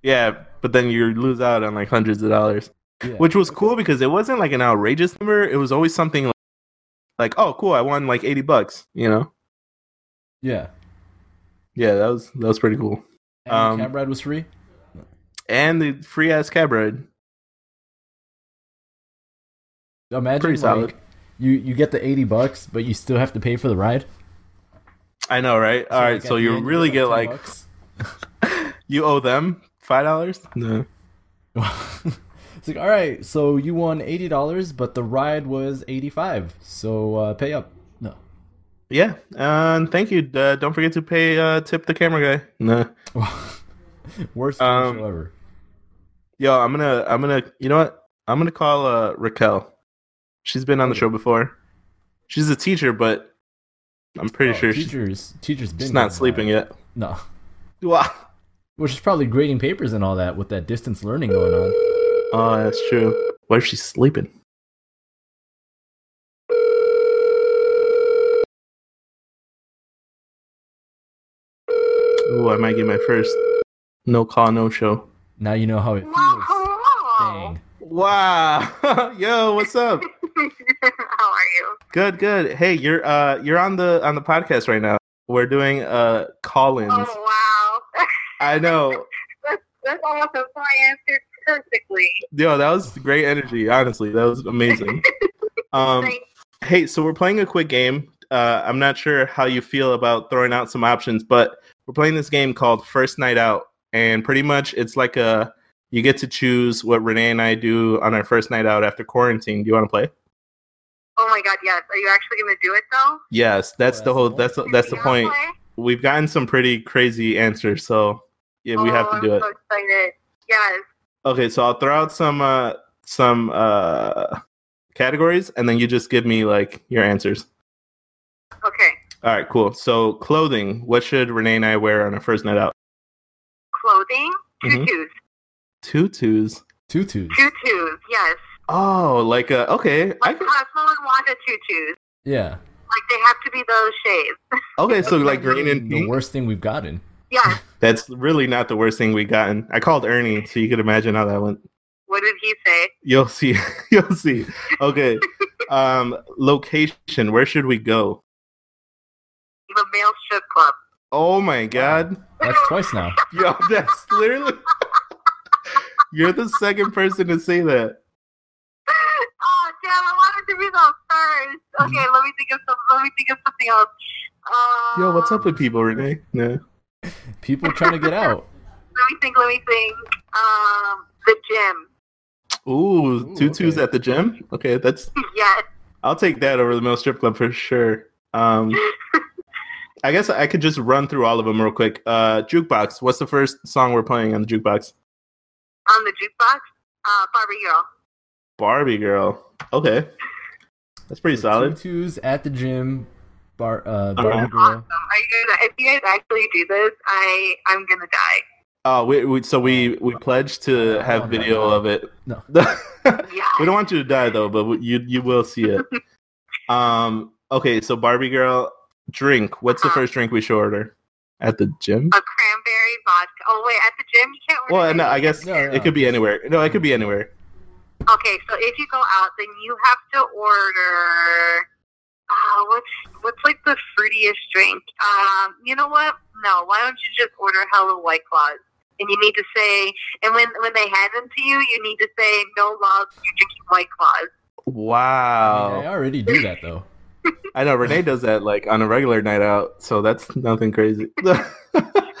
A: Yeah, but then you lose out on like hundreds of dollars,
B: Yeah.
A: which was cool because it wasn't like an outrageous number. It was always something like, like, oh, cool, I won like eighty bucks. You know?
B: Yeah.
A: Yeah, that was that was pretty cool.
B: And
A: Um,
B: the cab ride was free.
A: And the free ass cab ride.
B: Imagine
A: pretty
B: like,
A: solid.
B: You you get the eighty bucks, but you still have to pay for the ride.
A: I know, right? All right,
B: like,
A: so
B: at the
A: you
B: end,
A: really get
B: 10
A: like
B: bucks.
A: you owe them five dollars. No.
B: it's like all right, so you won eighty dollars, but the ride was eighty five. So uh, pay up. No.
A: Yeah, and thank you. Uh, don't forget to pay uh, tip the camera guy. No.
B: Worst
A: Um,
B: show ever.
A: Yo, I'm gonna, I'm gonna, you know what? I'm gonna call uh, Raquel. She's been on the show before. She's a teacher, but I'm pretty
B: Oh,
A: sure she's,
B: teachers teachers been
A: she's
B: doing
A: not
B: that.
A: sleeping yet.
B: No.
A: Wow.
B: Which is probably grading papers and all that with that distance learning going on.
A: Oh, that's true. What if she's sleeping? Oh, I might get my first no call, no show.
B: Now you know how it
C: Well,
B: feels.
C: hello.
B: Dang.
A: Wow. Yo, what's up?
C: How are you?
A: Good, good. Hey, you're uh you're on the on the podcast right now. We're doing uh call-ins.
C: Oh wow,
A: I know.
C: that's awesome. So I answered perfectly.
A: Yo, that was great energy, honestly. That was amazing. Um
C: Thank
A: Hey, so we're playing a quick game. Uh, I'm not sure how you feel about throwing out some options, but we're playing this game called First Night Out, and pretty much it's like a you get to choose what Renee and I do on our first night out after quarantine. Do you want to play?
C: Oh my god, yes. Are you actually gonna do it though?
A: Yes, that's the
B: that's
A: whole.
B: the
A: That's the, that's the
C: You wanna
A: point.
C: play?
A: We've gotten some pretty crazy answers, so yeah, we
C: oh,
A: have to do
C: I'm
A: it.
C: So excited. Yes.
A: Okay, so I'll throw out some uh some uh categories, and then you just give me like your answers.
C: Okay.
A: All right, cool. So clothing. What should Renee and I wear on our first night out?
C: Clothing,
A: Mhm.
C: tutus,
A: tutus.
B: Tutus.
C: tutus. Yes.
A: Oh, like uh okay. I
C: Like
A: could,
C: Cosmo and Wanda tutus.
B: Yeah.
C: Like they have to be those shades.
A: okay, so like green
B: Probably
A: and
B: the
A: pink.
B: worst thing we've gotten.
C: Yes.
A: That's really not the worst thing we gotten. I called Ernie, so you could imagine how that went.
C: what did he say?
A: You'll see. You'll see. Okay. Um location. Where should we go?
C: The male strip club.
A: Oh my god.
B: That's twice now.
A: Yo, that's literally You're the second person to say that.
C: Oh damn! I wanted to be those first.
A: Mm-hmm.
C: Okay, let me think of some. Let me think of something else. Um,
A: Yo, what's up with people, Renee? No.
B: People trying to get out.
C: Let me think. Let me think. Um, the gym.
A: Ooh,
B: Ooh,
A: tutus
B: okay.
A: at the gym? Okay, that's
C: yes.
A: I'll take that over the male strip club for sure. Um, I guess I could just run through all of them real quick. Uh, jukebox. What's the first song we're playing on the jukebox?
C: On the jukebox. Uh, Barbie girl.
A: Barbie Girl. Okay, that's pretty solid. Uh-huh.
B: Tutus at the gym. Bar, uh,
A: All
B: Barbie
A: right.
B: girl.
C: Awesome. Are you guys, if you guys actually do this, I I'm gonna die.
A: Oh, we, we so we we pledged to have video of it.
B: No.
C: Yeah.
A: we don't want you to die though, but you you will see it. Um. Okay, so Barbie Girl, drink, what's the first drink we should order at the gym?
D: A cranberry vodka. Oh wait, at the gym you can't. Order
A: Well, no,
D: anything.
A: I guess
B: No, no.
A: it could be anywhere. No, it could be anywhere.
D: Okay, so if you go out, then you have to order. Uh, what's what's like the fruitiest drink? Um, you know what? No, why don't you just order Hello White Claws? And you need to say, and when when they hand them to you, you need to say, "No love, you're drinking White Claws."
A: Oh.
B: I, mean, I
A: Wow,
B: already do that though.
A: I know Renee does that like on a regular night out, so that's nothing crazy.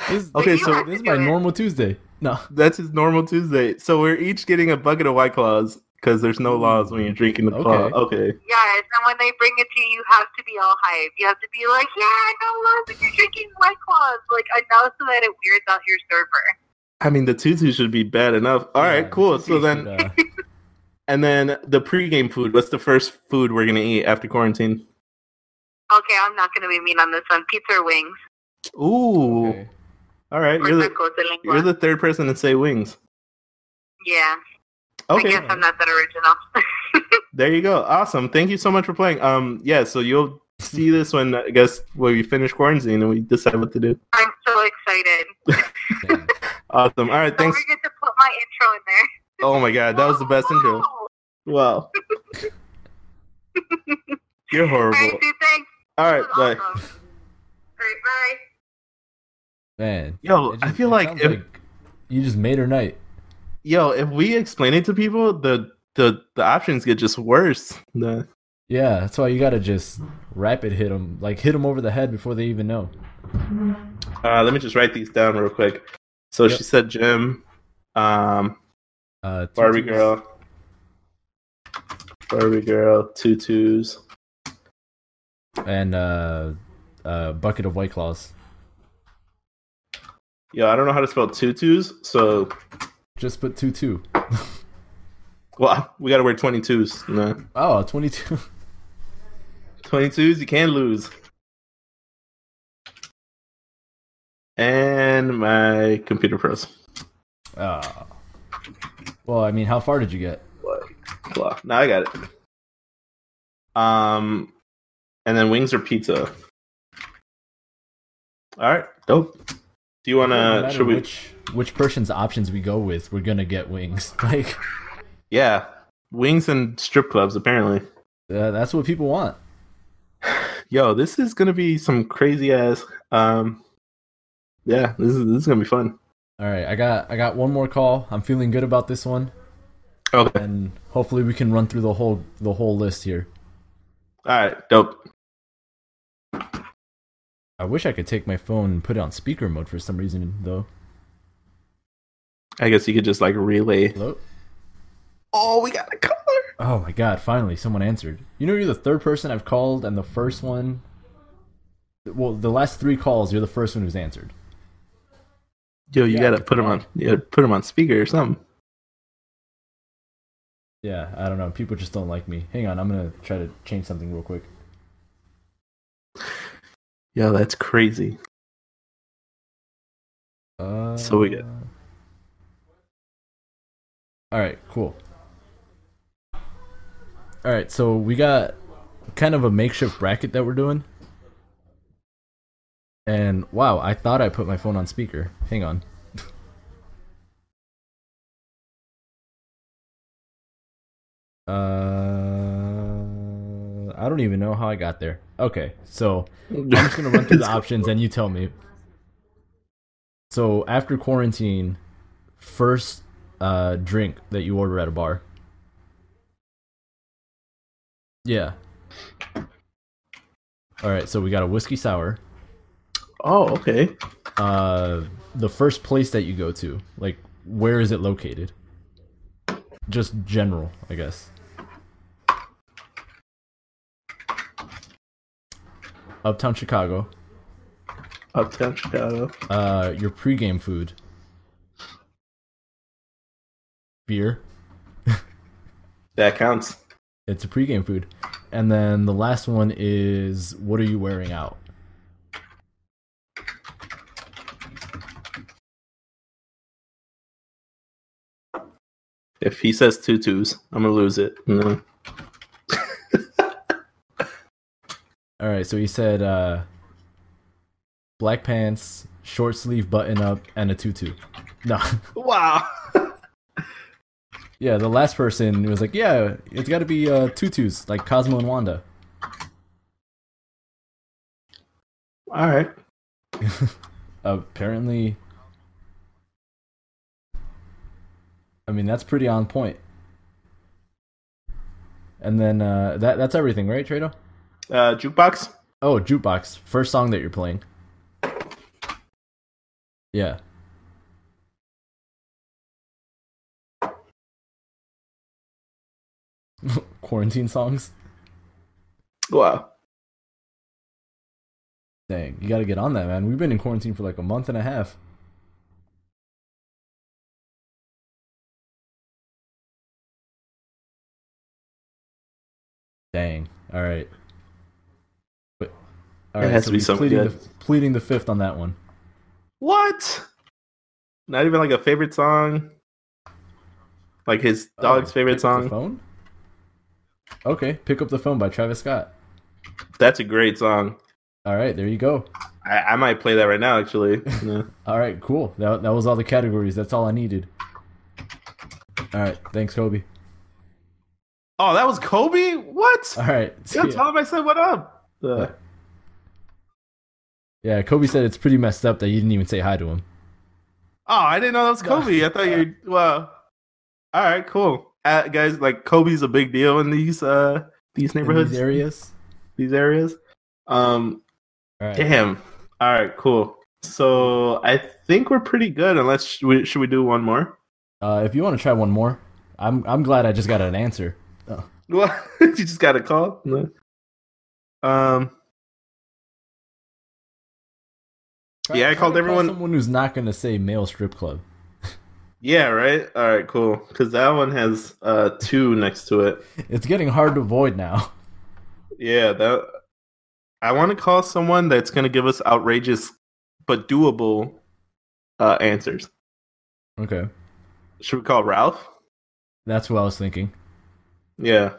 B: This,
A: Okay,
B: this-
A: so-
B: this is my normal Tuesday. No,
A: that's his normal Tuesday. So we're each getting a bucket of White Claws because there's no laws when you're drinking the claw.
B: Okay.
A: Okay.
D: Yes, and when they bring it to you, you have to be all hype. You have to be like, "Yeah, no love, but you're drinking White Claws." Like announce so that it weirds out your server.
A: I mean, the tutu should be bad enough. All right,
B: Yeah,
A: cool.
B: Tuesday
A: So then,
B: should, uh,
A: and then the pregame food. What's the first food we're gonna eat after quarantine?
D: Okay, I'm not going to be mean on this one. Pizza or wings?
A: Ooh.
B: okay.
A: All right.
D: Or
A: You're the,
D: tacos de lengua.
A: you're the third person to say wings.
D: yeah. I
A: Okay.
D: guess I'm not that original.
A: There you go. Awesome. Thank you so much for playing. Um. Yeah. So you'll see this when I guess when we finish quarantine and we decide what to do.
D: I'm so excited.
B: Damn.
A: Awesome. All
B: Oh
A: right.
D: Don't
A: Thanks.
D: forget to put my intro in there.
A: Oh my god, that was the best intro.
D: All
A: Wow. You're
D: right,
A: horrible.
D: dude, thanks.
A: All
D: This
A: right.
D: was
A: Bye.
D: awesome. All right, bye.
B: Man,
A: Yo,
B: It
A: I
B: just-
A: feel
B: it
A: like
B: sounds
A: if
B: you just made her night.
A: yo, if we explain it to people, the the the options get just worse. The,
B: Yeah, that's why you gotta just rapid hit them, like hit them over the head before they even know.
A: uh, let me just write these down real quick. So
B: Yep.
A: she said Jim, um,
B: Uh, tutus.
A: Barbie girl, Barbie girl, tutus.
B: and uh, uh, bucket of white claws.
A: Yo, I don't know how to spell tutus, so
B: Just put two two.
A: well, we gotta wear twenty twos. Nah.
B: Oh, 22.
A: Twenty twos, you can lose. And my computer froze.
B: Ah. Well, I mean, how far did you get?
A: What? Blah. Now I got it. Um, and then wings or pizza. All right, dope. Do you
B: no
A: wanna?
B: matter
A: should we?
B: which which person's options we go with, we're gonna get wings. Like
A: Yeah, wings and strip clubs. Apparently,
B: uh, that's what people want.
A: yo, this is gonna be some crazy ass. Um, yeah, this is this is gonna be fun.
B: All right, I got I got one more call. I'm feeling good about this one,
A: Okay.
B: and hopefully we can run through the whole the whole list here.
A: All right, dope.
B: I wish I could take my phone and put it on speaker mode for some reason though.
A: I guess you could just like relay.
B: Hello.
A: Oh, we got a caller.
B: Oh my god, finally someone answered. You know you're the third person I've called and the first one well, the last 3 calls you're the first one who's answered.
A: Yo, you
B: Yeah,
A: gotta
B: get
A: put
B: the
A: him on.
B: mic.
A: You gotta put him on speaker or something.
B: Yeah, I don't know. People just don't like me. Hang on, I'm going to try to change something real quick.
A: Yo, that's crazy.
B: Uh,
A: So we get-
B: All right, cool. All right, so we got kind of a makeshift bracket that we're doing. And wow, I thought I put my phone on speaker. Hang on. Uh, I don't even know how I got there. Okay, so I'm just gonna run through the options and you tell me. So after quarantine, first uh, drink that you order at a bar. Yeah. All right, so we got a whiskey sour.
A: Oh, okay.
B: Uh, the first place that you go to, like, where is it located? Just general, I guess. Uptown Chicago.
A: Uptown Chicago.
B: Uh, your pregame food. Beer.
A: That counts.
B: It's a pregame food. And then the last one is what are you wearing out?
A: If he says tutus, I'm gonna lose it. No.
B: All right, so he said uh, black pants, short sleeve button up, and a tutu. No.
A: Wow.
B: Yeah, the last person was like, yeah, it's got to be uh, tutus, like Cosmo and Wanda.
A: All right.
B: Apparently, I mean that's pretty on point. And then uh, that that's everything, right, Trado?
A: Uh, jukebox.
B: Oh, jukebox, first song that you're playing. Yeah. Quarantine songs.
A: Wow.
B: Dang, you gotta get on that, man. We've been in quarantine for like a month and a half. Dang. All right. But all
A: It has to be
B: we
A: something
B: pleading the,
A: good.
B: pleading the fifth on that one.
A: What? Not even like a favorite song. Like his dog's
B: Oh,
A: favorite
B: Pick Up
A: song.
B: the phone. Okay, pick up the phone by Travis Scott.
A: That's a great song.
B: All right, there you go.
A: I, I might play that right now, actually. Yeah.
B: All right, cool. That that was all the categories. That's all I needed. All right, thanks, Kobe.
A: oh, that was Kobe. What?
B: All right, see
A: Yeah,
B: ya.
A: tell him I said what up. Uh,
B: yeah. Kobe said it's pretty messed up that you didn't even say hi to him.
A: Oh, I didn't know that was
B: No.
A: Kobe. I thought you. were Wow. All right, cool. Uh, guys, like Kobe's a big deal in these uh these
B: In
A: neighborhoods,
B: these
A: these,
B: areas.
A: areas. Um,
B: All right.
A: damn. All right, cool. So I think we're pretty good. Unless sh- we, should we do one more?
B: Uh, if you want to try one more, I'm I'm glad I just got an answer.
A: Well, you just got a call. No. Um. Yeah, I
B: Try
A: called
B: to call
A: everyone-
B: Someone who's not going to say male strip club.
A: Yeah. Right. All right. Cool. Because that one has uh two next to it.
B: It's getting hard to avoid now.
A: Yeah, that I want to call someone that's going to give us outrageous but doable uh, answers.
B: Okay,
A: Should we call Ralph?
B: that's what I was thinking.
A: Yeah.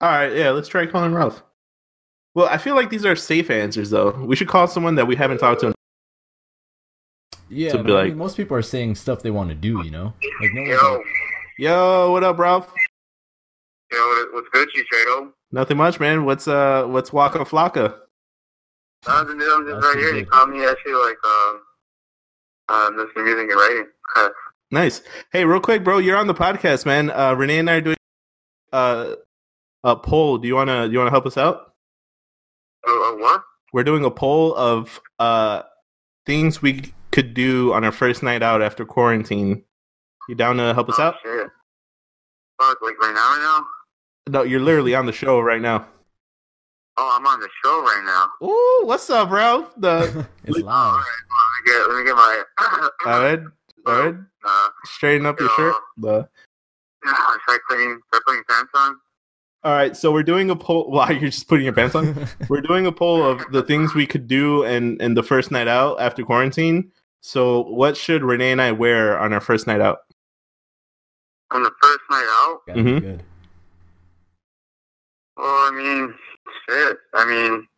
A: All right, yeah, let's try calling Ralph. Well, I feel like these are safe answers though. We should call someone that we haven't talked to.
B: Yeah,
A: To be
B: but I mean,
A: like-
B: most people are saying stuff they want to do. You know, like no one's
C: Yo,
B: like,
A: Yo, what up, Ralph?
C: yo, what's good, you Trado?
A: Nothing much, man. What's uh what's Waka Flocka?
C: I'm just, I'm just
B: That's
C: right here.
B: good.
C: You called me actually like um, um, this music and writing.
A: Nice. Hey, real quick, bro, you're on the podcast, man. Uh Renee and I are doing uh a poll. Do you want to do you want to help us out?
C: Oh, oh, what?
A: we're doing a poll of uh things we could do on our first night out after quarantine. You down to help us
C: oh,
A: out?
C: Shit. Fuck, like right now, right now.
A: No, you're literally on the show right now.
C: Oh, I'm on the show right now.
A: Ooh, what's up, bro? The
B: it's loud.
C: I get, let me get my.
A: all right, all right,
C: uh,
A: straighten up your shirt. The-
C: yeah, should I clean? Should I clean pants on?
A: all right, so we're doing a poll. Wow, you're just putting your pants on. we're doing a poll of the things we could do and and the first night out after quarantine. So, what should Renee and I wear on our first night out?
C: On the first night out.
B: Gotta be
A: Mhm.
B: good.
C: Well, I mean, shit. I mean,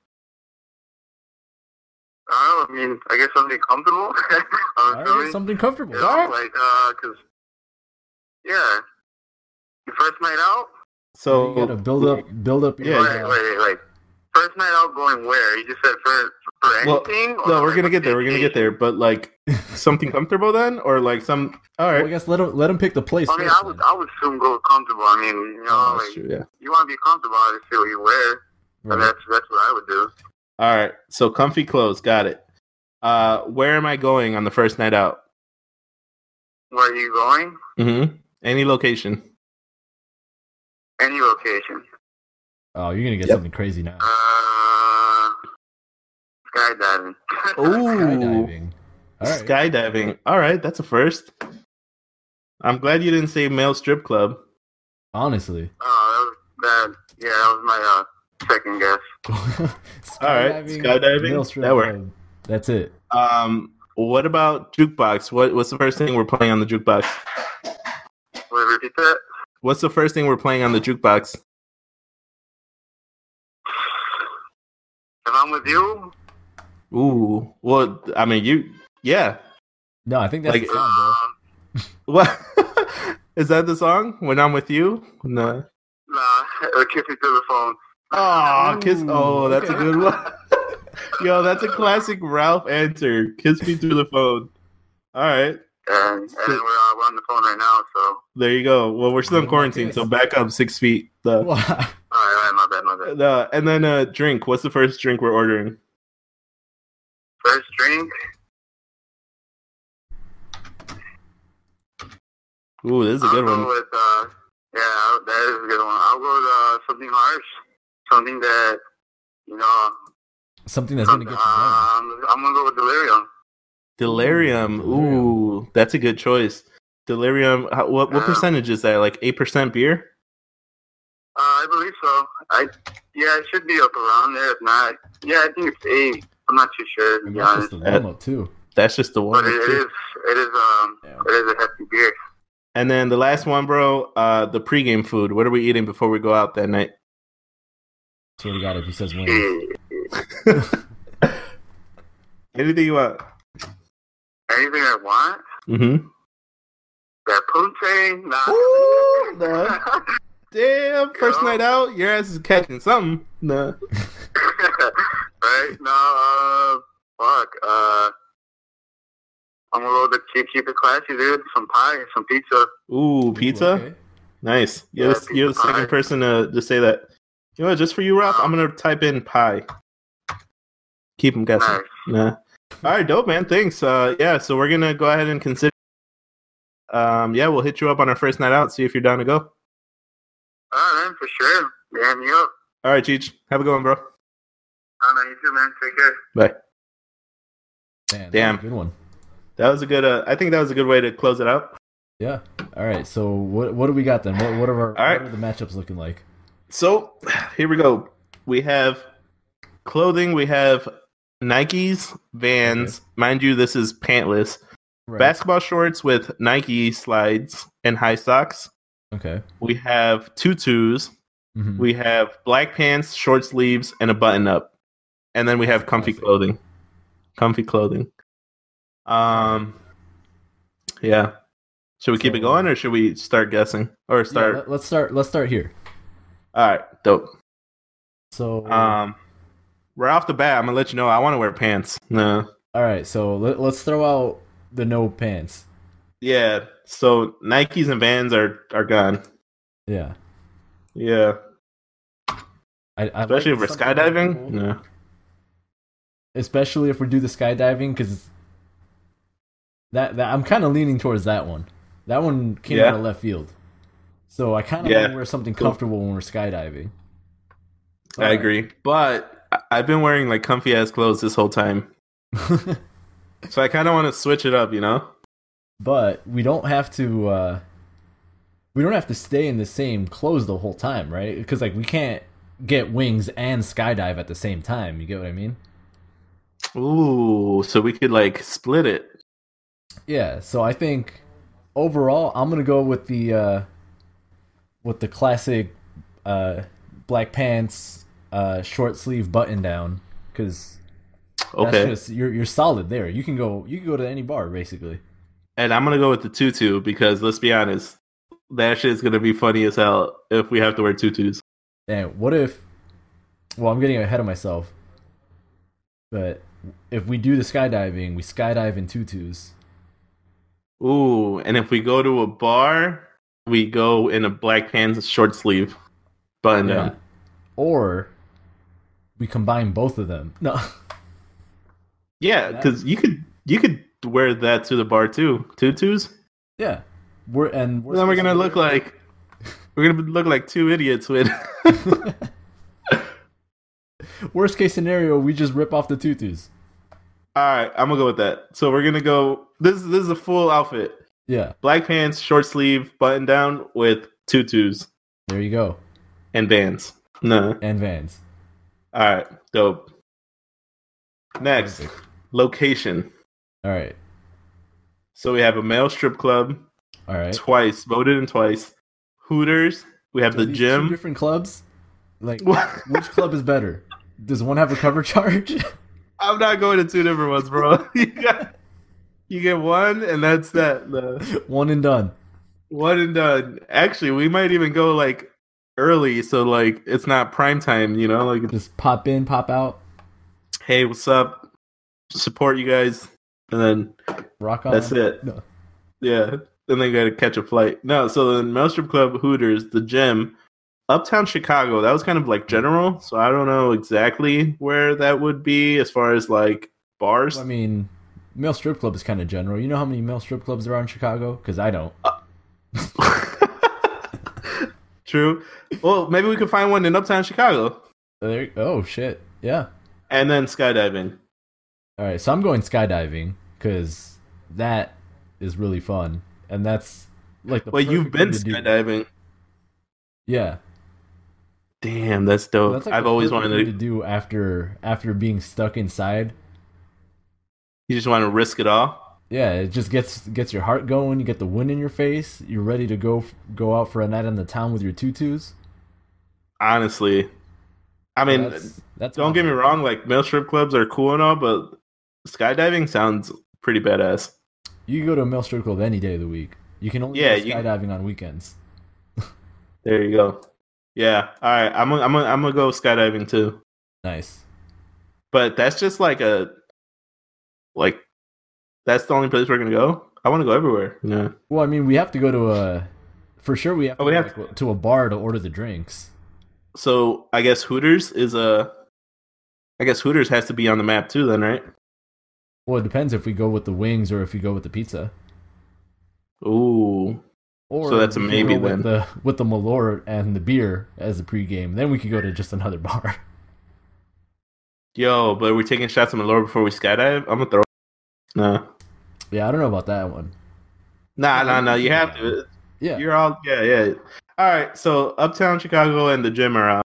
C: I don't know. I mean, I guess something comfortable. I'm
B: All
C: assuming.
B: right, something comfortable.
C: you know, like, uh, cause, yeah, your first night out.
A: So,
B: you gotta build up, build up.
A: Yeah,
B: Your, uh,
C: wait, wait, wait, wait. First night out going where? You just said for for
A: Well,
C: anything? or
A: No, we're
C: like
A: gonna
C: a
A: get there. We're gonna get
C: vacation?
A: there. But like something comfortable then, or like some. All
B: Well, I
A: right.
B: guess let him let him pick the place.
C: I mean,
B: first,
C: I would
B: then.
C: I would soon go comfortable. I mean, you know,
A: Oh, that's
C: like,
A: true, yeah.
C: you want to be comfortable. I see what you wear. And
B: Right.
C: that's that's what I would do.
A: All right. So comfy clothes. Got it. Uh, where am I going on the first night out?
C: Where are you going?
A: Mm-hmm. Any location.
C: Any location.
B: Oh, you're gonna get
A: Yep.
B: something crazy now.
C: Uh, skydiving.
B: Skydiving. All right.
A: Skydiving. All right, that's a first. I'm glad you didn't say male strip club.
B: Honestly.
C: oh, that, was, that yeah, that was my uh, second guess.
B: Skydiving.
A: skydiving,
B: male strip
A: that worked.
B: club. That's it.
A: Um, what about jukebox? What What's the first thing we're playing on the jukebox?
C: Will you repeat that?
A: What's the first thing we're playing on the jukebox?
C: If I'm with you,
A: Ooh. Well, I mean, you. Yeah.
B: No, I think that's
A: Like-
B: the song, bro.
C: Um,
A: What? Is that the song? When I'm with you? No.
C: nah, or kiss me through the phone.
A: Oh, kiss. Oh, that's a
C: okay.
A: good one. Yo, that's a classic Ralph answer. Kiss me through the phone. All right.
C: And, and we're, uh, we're on the phone right now, so.
A: There you go. Well, we're still in quarantine, so back up six feet. The,
B: Why?
C: All right, all right, my bad, my bad.
A: the, and then uh, drink. What's the first drink we're ordering?
C: First drink,
A: Ooh, this is a
C: I'll
A: good
C: go
A: one.
C: with, uh, yeah, I'll- that is a good one. I'll go with uh, something harsh, something that, you know,
B: Something that's
C: some-
B: gonna get you going.
C: um, I'm going to go with delirium.
A: Delirium. Ooh, that's a good choice. Delirium. How, what what
C: Yeah.
A: percentage is that? Like eight percent beer?
C: Uh, I believe so. I Yeah, it should be up around there, if not. Yeah, I think it's eight. I'm not too sure, to
B: And
C: be
B: that's just
C: honest.
B: the warm up too.
A: That's just the
C: But
A: one.
C: it, it is, it is, um,
B: Yeah.
C: it is a hefty beer.
A: And then the last one, bro. Uh, the pregame food. What are we eating before we go out that night?
B: Swear to God, if he says wings,
C: Shit.
A: Anything you want.
C: Anything I want?
A: Mm-hmm.
C: That punte? Nah.
A: Ooh, nah. Damn, first night out, your ass is catching something. Nah.
C: right? No, uh, fuck. Uh, I'm gonna roll the keep, keep it classy, dude. Some pie, some pizza.
A: Ooh, pizza.
B: Okay.
A: Nice. You're,
C: Yeah,
A: the, you're the
C: pizza
A: second
C: pie.
A: person to, to say that. You know what? Just for you, Ralph, I'm gonna type in pie. Keep them guessing.
C: Nice.
A: Nah. All right, dope, man. Thanks. Uh, yeah, so we're gonna go ahead and consider. Um, yeah, we'll hit you up on our first night out. See if you're down to go.
C: All right, man, for sure. Yeah, me up.
A: All right, Cheech. Have a good one, bro.
C: All right, you too, man. Take care.
A: Bye.
B: Man,
A: Damn.
B: that's a good one.
A: That was a good. Uh, I think that was a good way to close it out.
B: Yeah. All right. So what what do we got then? What what are our
A: All right.
B: what are the matchups looking like?
A: So here we go. We have clothing. We have Nikes, Vans. Mind you, this is pantless.
B: Right.
A: Basketball shorts with Nike slides and high socks.
B: okay.
A: We have tutus.
B: Mhm.
A: We have black pants, short sleeves, and a button up. And then we have comfy
B: Classic.
A: clothing. Comfy clothing. Um Yeah. Should we keep it
B: So- uh,
A: going or should we start guessing? Or
B: Yeah,
A: start
B: let, us start. Let's start here.
A: Alright, dope.
B: So
A: Um right off the bat, I'm gonna let you know I wanna wear pants. No.
B: all right. So let, let's throw out the no pants.
A: Yeah. So Nikes and Vans are are gone.
B: Yeah.
A: Yeah.
B: I, I
A: Especially
B: like
A: if we're
B: something that
A: skydiving.
B: people-
A: No.
B: Especially if we do the skydiving because that that I'm kind of leaning towards that one. That one came
A: Yeah.
B: out of left field. So I kind of
A: Yeah.
B: want to wear something
A: Cool.
B: comfortable when we're skydiving.
A: I agree. But I- I've been wearing like comfy ass clothes this whole time.
B: agree.
A: So I kinda wanna switch it up, you know?
B: but we don't have to uh we don't have to stay in the same clothes the whole time right because like we can't get wings and skydive at the same time you get what i mean
A: Ooh, so we could like split it.
B: yeah so i think overall i'm gonna go with the uh with the classic uh black pants uh short sleeve button down because
A: Okay.
B: that's just you're, you're solid there you can go you can go to any bar basically
A: and I'm gonna go with the tutu because let's be honest, that shit's gonna be funny as hell if we have to wear tutus.
B: And what if? Well, I'm getting ahead of myself. But if we do the skydiving, we skydive in tutus.
A: Ooh, and if we go to a bar, we go in a black pants short sleeve button down.
B: Or we combine both of them. No.
A: Yeah, because you could you could wear that to the bar too. Tutus.
B: yeah. We're and we're
A: Then we're gonna look like we're gonna look like two idiots with
B: worst case scenario. We just rip off the tutus.
A: All right, I'm gonna go with that. So we're gonna go this this is a full outfit.
B: Yeah.
A: black pants, short sleeve, button down with tutus
B: There you go.
A: and bands. No.
B: And Vans.
A: All right. Dope. Next, location.
B: All right.
A: So we have a male strip club,
B: All right.
A: twice, voted in twice. Hooters. We have
B: Are
A: the
B: these Two
A: gym.
B: different clubs. Like, which club is better? Does one have a cover charge?
A: I'm not going to two different ones, bro. you got you get one, and that's that. No.
B: One and done.
A: One and done. Actually, we might even go like early, so like it's not prime time. You know, like it's,
B: Just pop in, pop out,
A: hey, what's up? Support you guys, and then
B: rock on.
A: that's it.
B: No.
A: Yeah, then they got to catch a flight. No, so then Maelstrom Club, Hooters, the gym, Uptown Chicago. That was kind of like general, so I don't know exactly where that would be as far as like bars.
B: I mean, male strip club is kind of general. You know how many male strip clubs there are in Chicago? Because I don't.
A: True. Well, maybe we could find one in Uptown Chicago,
B: There, oh shit. Yeah.
A: and then skydiving.
B: All right, so I'm going skydiving because that is really fun, and that's like the.
A: Well, you've
B: perfect
A: been
B: thing to do.
A: skydiving.
B: Yeah,
A: Damn, that's dope.
B: that's like
A: I've
B: the
A: always
B: perfect
A: wanted
B: thing
A: to.
B: to do after after being stuck inside.
A: You just want to risk it all.
B: Yeah, it just gets gets your heart going. You get the wind in your face. You're ready to go go out for a night on the town with your tutus.
A: Honestly, I mean,
B: that's, that's
A: don't
B: my-
A: get me wrong. Like male strip clubs are cool and all, but skydiving sounds pretty badass.
B: You can go to a male strip club any day of the week. You can only
A: Yeah,
B: go
A: you-
B: skydiving on weekends.
A: There you go. Yeah. All right. I'm gonna, I'm gonna, I'm gonna go skydiving too.
B: Nice.
A: But that's just like a like that's the only place we're gonna go. I want to go everywhere. Yeah.
B: Well, I mean, we have to go to a for sure. We have to,
A: Oh, we
B: go,
A: have
B: like, to a bar to order the drinks.
A: So I guess Hooters is a. I guess Hooters has to be on the map too, then, right?
B: Well, it depends if we go with the wings or if we go with the pizza.
A: Ooh.
B: Or
A: So that's a
B: we could
A: maybe
B: go
A: then.
B: With the with the malort and the beer as the pregame, then we could go to just another bar.
A: Yo, but we're taking shots of Malora before we skydive. I'm gonna throw. No.
B: yeah, I don't know about that one.
A: Nah, nah, nah. You have to.
B: Yeah,
A: You're all. Yeah, yeah. All right. So Uptown Chicago and the gym are out.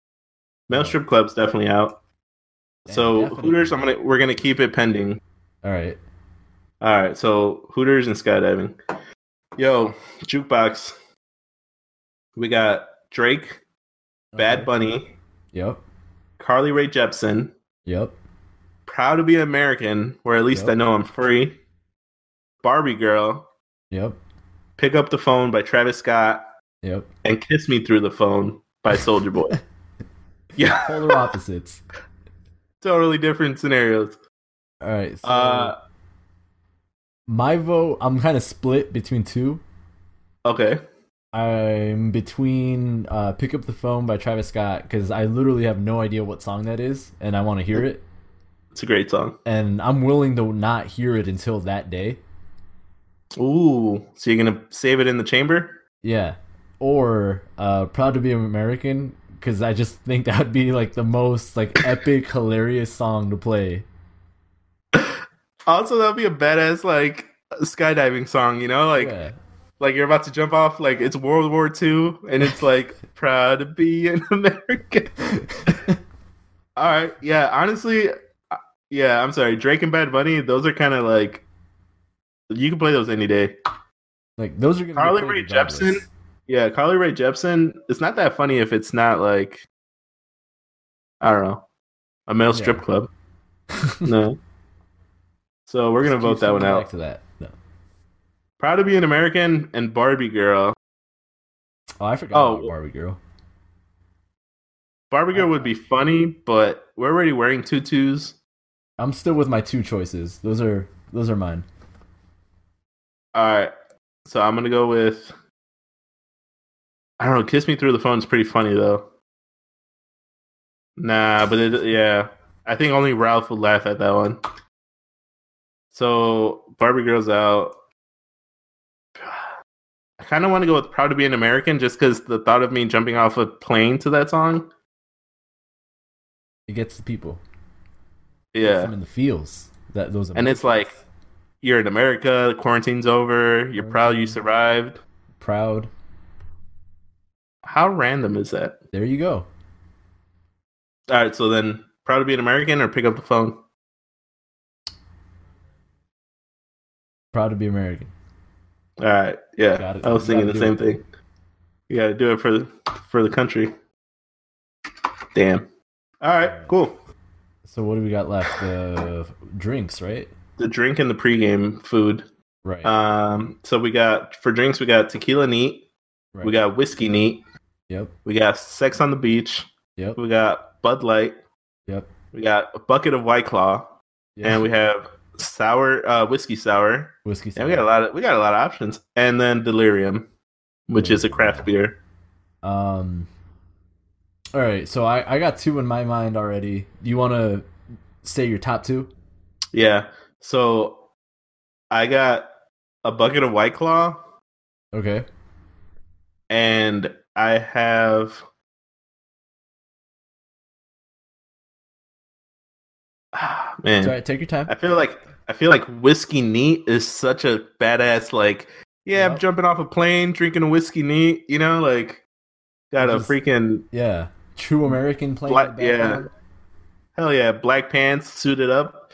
A: Male strip club's definitely out.
B: Yeah,
A: so
B: definitely.
A: Hooters, I'm gonna. We're gonna keep it pending.
B: all right.
A: All right. So Hooters and skydiving. Yo, jukebox. We got Drake, Bad
B: Okay.
A: Bunny,
B: Yep,
A: Carly Rae Jepsen,
B: yep.
A: Proud to be an American, or at least
B: Yep.
A: I know I'm free. Barbie Girl,
B: Yep.
A: Pick Up the Phone by Travis Scott,
B: Yep.
A: and Kiss Me Through the Phone by Soldier Boy. yeah,
B: Polar opposites.
A: totally different scenarios.
B: All right. So
A: Uh,
B: my vote, I'm kind of split between two.
A: okay.
B: I'm between uh, "Pick Up the Phone" by Travis Scott because I literally have no idea what song that is, and I want to hear it,
A: It's a great song.
B: and I'm willing to not hear it until that day.
A: Ooh, so you're going to save it in the chamber?
B: Yeah. Or uh, proud to be an American because I just think that would be like the most like epic, hilarious song to play.
A: Also, that'd be a badass, like, skydiving song, you know? Like,
B: yeah.
A: like you're about to jump off, like, it's World War II, and it's like, proud to be an American. All right. Yeah. Honestly, I- yeah. I'm sorry. Drake and Bad Bunny. Those are kind of like you can play those any day.
B: like those are gonna
A: Carly
B: be played
A: Rae
B: regardless.
A: Jepsen? Yeah. Carly Rae Jepsen. It's not that funny if it's not like I don't know a male strip
B: Yeah.
A: club. No. so we're gonna
B: Keep
A: vote that one
B: coming
A: out.
B: Back to that. No.
A: Proud to be an American and Barbie Girl.
B: Oh, I forgot
A: Oh.
B: about Barbie Girl.
A: Barbie Girl would be funny, but we're already wearing tutus.
B: I'm still with my two choices. Those are those are mine.
A: All right. So I'm gonna go with. I don't know. Kiss me through the phone is pretty funny though. Nah, but it, yeah, I think only Ralph would laugh at that one. So Barbie girls out. I kind of want to go with "Proud to Be an American" just because the thought of me jumping off a plane to that song.
B: It gets the people. Gets them
A: Yeah,
B: in the feels. That those.
A: and it's like you're in America, quarantine's over, you're proud you survived.
B: proud.
A: How random is that?
B: There you go.
A: All right, so then proud to be an American or pick up the phone.
B: Proud to be American.
A: All right, yeah,
B: Got it.
A: I was
B: You
A: thinking
B: gotta
A: the
B: do
A: same
B: it.
A: thing. You got to do it for the for the country. Damn. All right, cool.
B: So what do we got left? The drinks, right?
A: The drink and the pregame food.
B: Right.
A: Um, so we got for drinks we got tequila neat,
B: right.
A: we got whiskey neat,
B: Yep.
A: we got sex on the beach,
B: Yep.
A: we got Bud Light,
B: Yep.
A: we got a bucket of White Claw,
B: yep.
A: and we have sour uh, whiskey sour,
B: whiskey.
A: and we got a lot of we got a lot of options, and then Delirium, which is a craft beer.
B: Um. All right, so I I got two in my mind already. You want to say your top two?
A: Yeah, so I got a bucket of White Claw,
B: Okay.
A: and I have. Ah, man,
B: It's all right. Take your time.
A: I feel like I feel like whiskey neat is such a badass. Like, yeah, I'm
B: Yep.
A: jumping off a plane, drinking a whiskey neat. You know, like, got a
B: Just-
A: freaking
B: Yeah. True American playing.
A: Black-
B: the background.
A: hell yeah, black pants, suited up.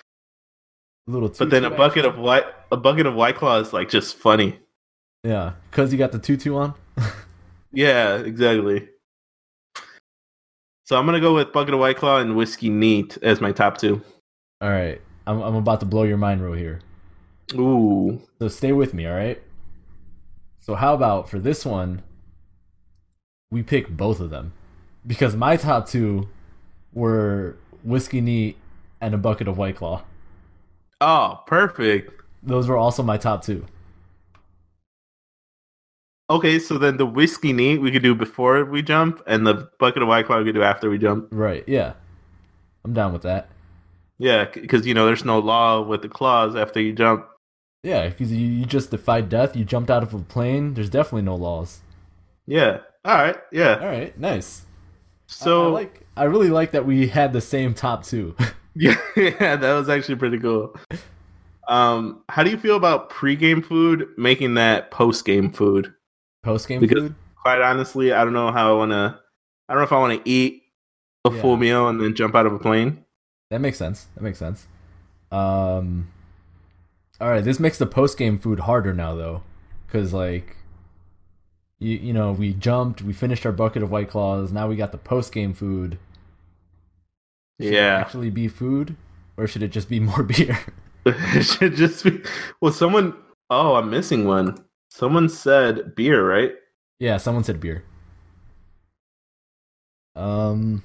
B: A little.
A: But then a
B: tutu
A: bucket
B: action.
A: of white, a bucket of white claw is like just funny.
B: Yeah, cause you got the tutu on.
A: Yeah, exactly. So I'm gonna go with bucket of white claw and whiskey neat as my top two.
B: All right, I'm I'm about to blow your mind real here.
A: Ooh,
B: So stay with me, all right? So how about for this one, we pick both of them, because my top two were whiskey neat and a bucket of white claw.
A: oh, perfect.
B: Those were also my top two.
A: Okay, so then the whiskey neat we could do before we jump, and the bucket of white claw we could do after we jump.
B: Right? Yeah, I'm down with that.
A: Yeah, because you know there's no law with the claws after you jump.
B: Yeah, because you, you just defied death. You jumped out of a plane. There's definitely no laws.
A: Yeah. All right.
B: All
A: Yeah.
B: right, nice. I-
A: So
B: I, like I really like that we had the same top two.
A: yeah, yeah, that was actually pretty cool. Um, how do you feel about pregame food making that postgame food?
B: Post game
A: Because-
B: food.
A: Quite honestly, I don't know how I wanna. I don't know if I want to eat a
B: Yeah.
A: full meal and then jump out of a plane.
B: That makes sense. That makes sense. Um, all right, this makes the post game food harder now though, because like, you you know we jumped, we finished our bucket of white claws. Now we got the post game food. Should it
A: Yeah,
B: actually be food, or should it just be more beer?
A: it should just be. Well, someone. Oh, I'm missing one. Someone said beer, right?
B: yeah, someone said beer. Um,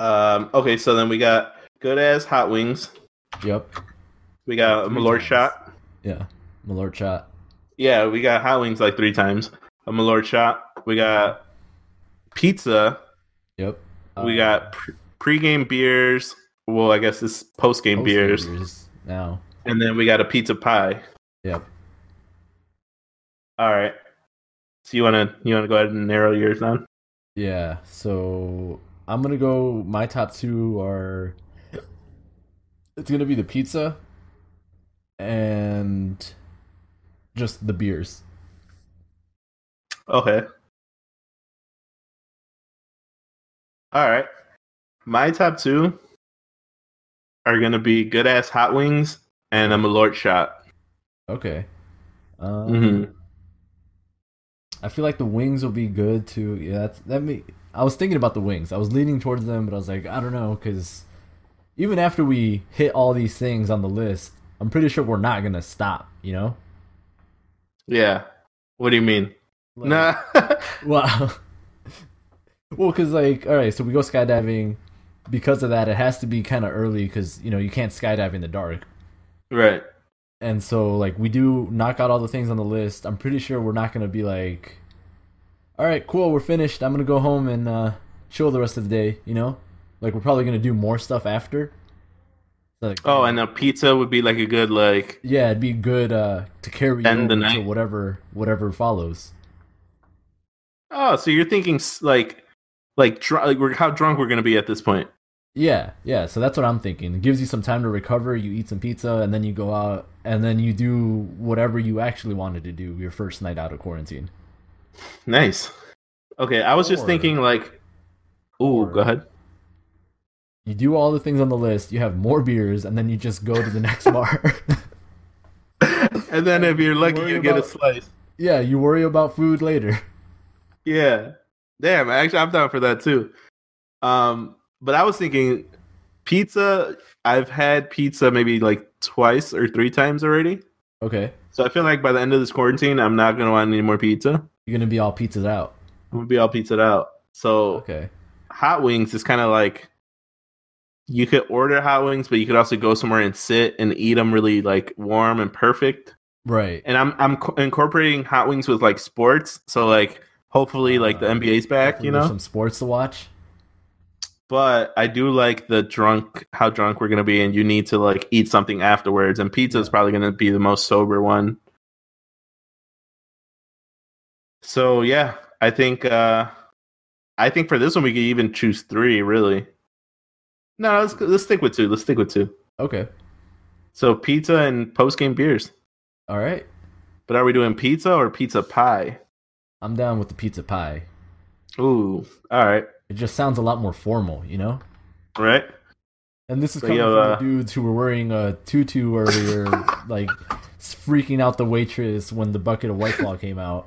A: Um. Okay, so then we got good ass hot wings.
B: yep,
A: We got a
B: Three
A: Malort
B: times.
A: shot.
B: yeah, Malort shot.
A: Yeah, we got hot wings like three times. A Malort shot. We got pizza.
B: Yep,
A: we
B: Uh,
A: got pre- pregame beers. Well, I guess this postgame
B: post-game
A: beers,
B: beers now.
A: and then we got a pizza pie.
B: Yep.
A: All right. So you wanna you wanna go ahead and narrow yours down?
B: Yeah, so I'm gonna go. My top two are. It's gonna be the pizza, and just the beers.
A: Okay. All right. My top two are gonna be good ass hot wings and a Malort shot.
B: Okay. Um,
A: hmm
B: I feel like the wings will be good too. Yeah, that's, that me. I was thinking about the wings. I was leaning towards them, but I was like, I don't know, because even after we hit all these things on the list, I'm pretty sure we're not gonna stop. You know?
A: Yeah. What do you mean?
B: Like-
A: nah.
B: Wow. well, because like, all right, so we go skydiving. Because of that, it has to be kind of early because you know you can't skydive in the dark.
A: right.
B: And so, like, we do knock out all the things on the list. I'm pretty sure we're not gonna be like, all right, cool, we're finished. I'm gonna go home and uh, chill the rest of the day. You know, like we're probably gonna do more stuff after. Like,
A: Oh, and a pizza would be like a good like.
B: yeah, it'd be good uh, to carry
A: End the
B: over to
A: night.
B: whatever whatever follows.
A: Oh, so you're thinking s- like, like, dr- like we're, how drunk we're gonna be at this point?
B: Yeah, yeah. So that's what I'm thinking. It gives you some time to recover. You eat some pizza, and then you go out, and then you do whatever you actually wanted to do your first night out of quarantine.
A: Nice. Okay, I was just
B: Or-
A: thinking like. Ooh,
B: or-
A: go ahead.
B: You do all the things on the list. You have more beers, and then you just go to the next bar.
A: And then if you're lucky,
B: worry
A: you get a
B: about-
A: slice.
B: yeah, you worry about food later.
A: Yeah. Damn. Actually, I'm down for that too. Um. but I was thinking pizza. I've had pizza maybe like twice or three times already.
B: Okay,
A: So I feel like by the end of this quarantine, I'm not gonna want any more pizza. I'm
B: you're gonna be all pizzaed out.
A: gonna be all pizzaed out. So
B: Okay,
A: hot wings is kind of like you could order hot wings, but you could also go somewhere and sit and eat them really like warm and perfect.
B: right.
A: And I'm I'm co- incorporating hot wings with like sports, so like hopefully like the
B: Uh,
A: NBA's back, you
B: There's
A: know.
B: some sports to watch.
A: But I do like the drunk how drunk we're gonna be, and you need to like eat something afterwards. And pizza is probably gonna be the most sober one. So yeah, I think uh I think for this one we could even choose three. Really, no, let's let's stick with two. Let's stick with two.
B: Okay,
A: So pizza and post game beers.
B: all right.
A: But are we doing pizza or pizza pie?
B: I'm down with the pizza pie.
A: Ooh, all right,
B: It just sounds a lot more formal, you know.
A: all right.
B: And this is
A: So,
B: coming
A: yo,
B: from
A: uh,
B: the dudes who were wearing a tutu earlier, like s- freaking out the waitress when the bucket of white claw came out.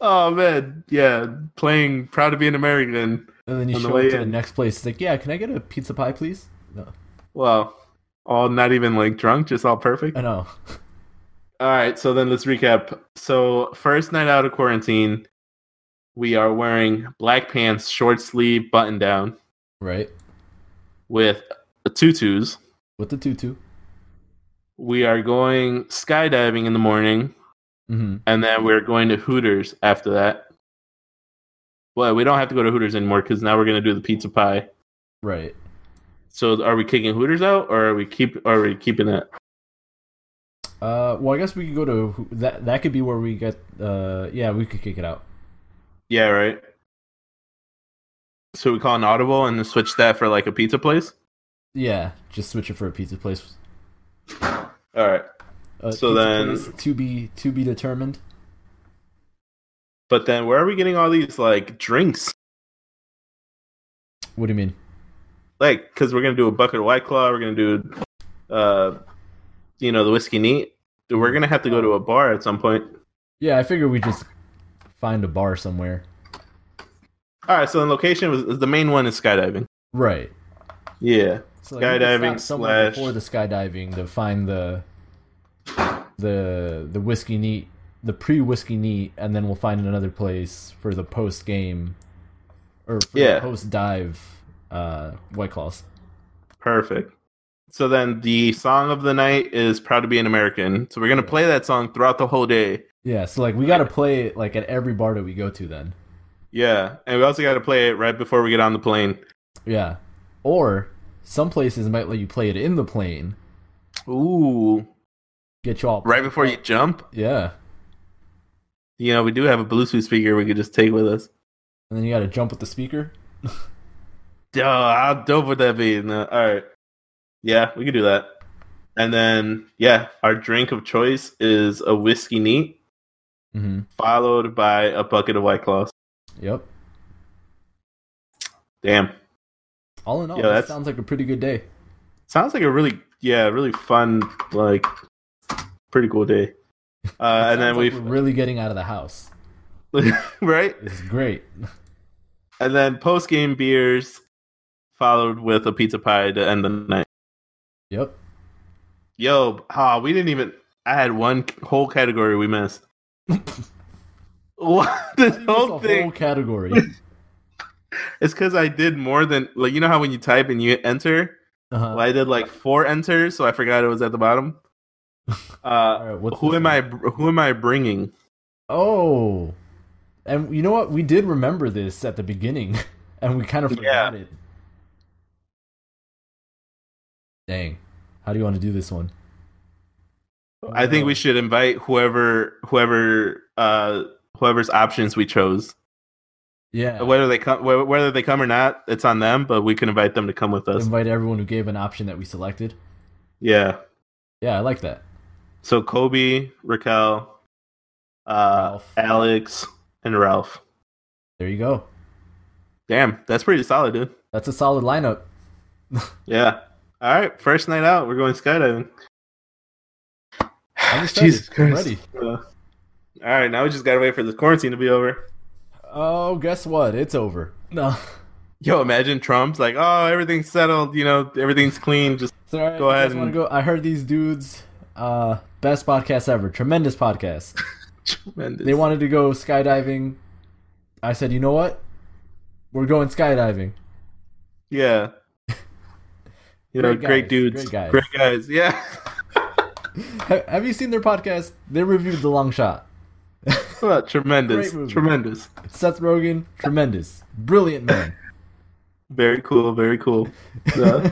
A: Oh man, yeah, playing proud to be an American.
B: And then you
A: On the
B: show
A: way
B: up to the
A: in.
B: next place. It's like, yeah, can I get a pizza pie, please? No,
A: Well, all not even like drunk, just all perfect.
B: I know.
A: All right, so then let's recap. So, first night out of quarantine, we are wearing black pants, short sleeve, button down
B: Right
A: with tutus.
B: with the tutu.
A: We are going skydiving in the morning,
B: Mm-hmm.
A: and then we're going to Hooters after that. Well, we don't have to go to Hooters anymore because now we're going to do the pizza pie.
B: Right.
A: So, are we kicking Hooters out, or are we keep? Are we keeping it?
B: Uh, well, I guess we could go to who- that. That could be where we get. Uh, yeah, we could kick it out.
A: Yeah, right. So we call an audible and then switch that for like a pizza place.
B: Yeah, just switch it for a pizza place.
A: All right.
B: Uh,
A: So
B: pizza
A: then-
B: place to be to be determined.
A: But then where are we getting all these like drinks?
B: What do you mean?
A: Like, because we're gonna do a bucket of White Claw, we're gonna do, uh, you know, the whiskey neat. We're gonna have to go to a bar at some point.
B: Yeah, I figure we just find a bar somewhere.
A: All right. So the location was the main one is skydiving.
B: Right.
A: Yeah.
B: So we could
A: Skydiving
B: stop somewhere
A: slash-
B: before the skydiving to find the the the whiskey neat the pre whiskey neat and then we'll find another place for the post game or for
A: Yeah.
B: the post dive uh white claws.
A: Perfect. So then the song of the night is "Proud to Be an American." So we're gonna play that song throughout the whole day.
B: Yeah, so like we gotta play it like at every bar that we go to then.
A: Yeah, and we also got to play it right before we get on the plane.
B: Yeah. Or some places might let you play it in the plane.
A: Ooh.
B: Get you all
A: Right before you jump,
B: Yeah.
A: you know, we do have a Bluetooth speaker we could just take with us.
B: And then you gotta jump with the speaker.
A: Duh, how dope would that be? No, all right. Yeah, we could do that. And then, yeah, our drink of choice is a whiskey neat,
B: Mm-hmm.
A: followed by a bucket of White Claws.
B: Yep.
A: Damn.
B: All in all,
A: Yeah,
B: that
A: that's-
B: sounds like a pretty good day.
A: Sounds like a really, yeah, really fun, like, pretty cool day. Uh, and then
B: Sounds like
A: we've,
B: we're really getting out of the house.
A: right?
B: This is great.
A: And then post game beers, followed with a pizza pie to end the night.
B: Yep.
A: Yo, ah, we didn't even. I had one c- whole category we missed. what this
B: It's a
A: whole thing?
B: whole category.
A: It's because I did more than like you know how when you type and you enter.
B: Uh-huh.
A: Well, I did like four enters, so I forgot it was at the bottom. Uh,
B: All right, what's
A: who
B: this
A: am
B: one?
A: I? br- Who am I bringing?
B: Oh, and you know what? We did remember this at the beginning, and we kind of forgot it. Dang, how do you want to do this one?
A: I think we
B: Uh,
A: should invite whoever, whoever, uh, whoever's options we chose.
B: Yeah,
A: Whether they come, wh- whether they come or not, it's on them. But we can invite them to come with us.
B: invite everyone who gave an option that we selected.
A: Yeah.
B: Yeah, I like that.
A: So Kobe, Raquel, uh,
B: Ralph.
A: Alex, and Ralph.
B: There you go.
A: Damn, that's pretty solid, dude.
B: That's a solid lineup.
A: Yeah. All right, first night out, we're going skydiving.
B: I'm excited. I'm ready.
A: Uh, all right, now we just gotta wait for this quarantine to be over.
B: Oh, guess what? It's over. No.
A: Yo, imagine Trump's like, oh, everything's settled, you know, everything's clean. Just
B: So, all right,
A: Go
B: you guys
A: ahead
B: wanna
A: and-
B: go? I heard these dudes. Uh, best podcast ever. Tremendous podcast.
A: tremendous.
B: They wanted to go skydiving. I said, you know what? We're going skydiving.
A: yeah. You know,
B: Great guys,
A: great dudes,
B: great guys.
A: great guys. Yeah.
B: Ha- Have you seen their podcast? They reviewed The Long Shot.
A: Well, tremendous,
B: Great movie.
A: tremendous.
B: Seth Rogen, tremendous, brilliant man.
A: Very cool, very cool. Yeah.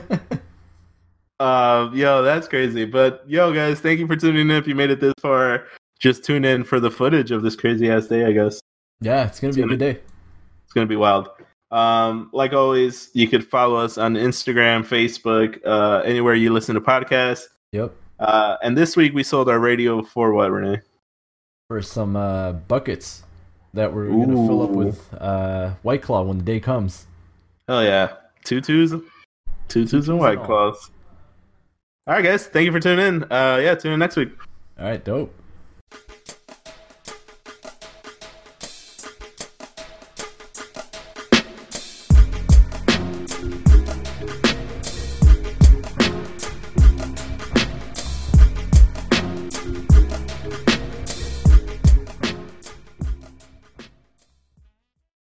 A: Uh, yo, that's crazy. But yo, guys, thank you for tuning in. If you made it this far, just tune in for the footage of this crazy ass day. I guess
B: yeah, it's gonna be a good day.
A: it's gonna be wild. Um, like always, you could follow us on Instagram, Facebook, uh, anywhere you listen to podcasts.
B: Yep.
A: Uh, and this week we sold our radio for what, Renee?
B: For some uh, buckets that we're gonna fill up
A: Ooh.
B: with uh, White Claw when the day comes.
A: Hell yeah, two twos, two twos and white
B: all.
A: claws. All right, guys, thank you for tuning in. Uh, yeah, tune in next week.
B: All right, dope.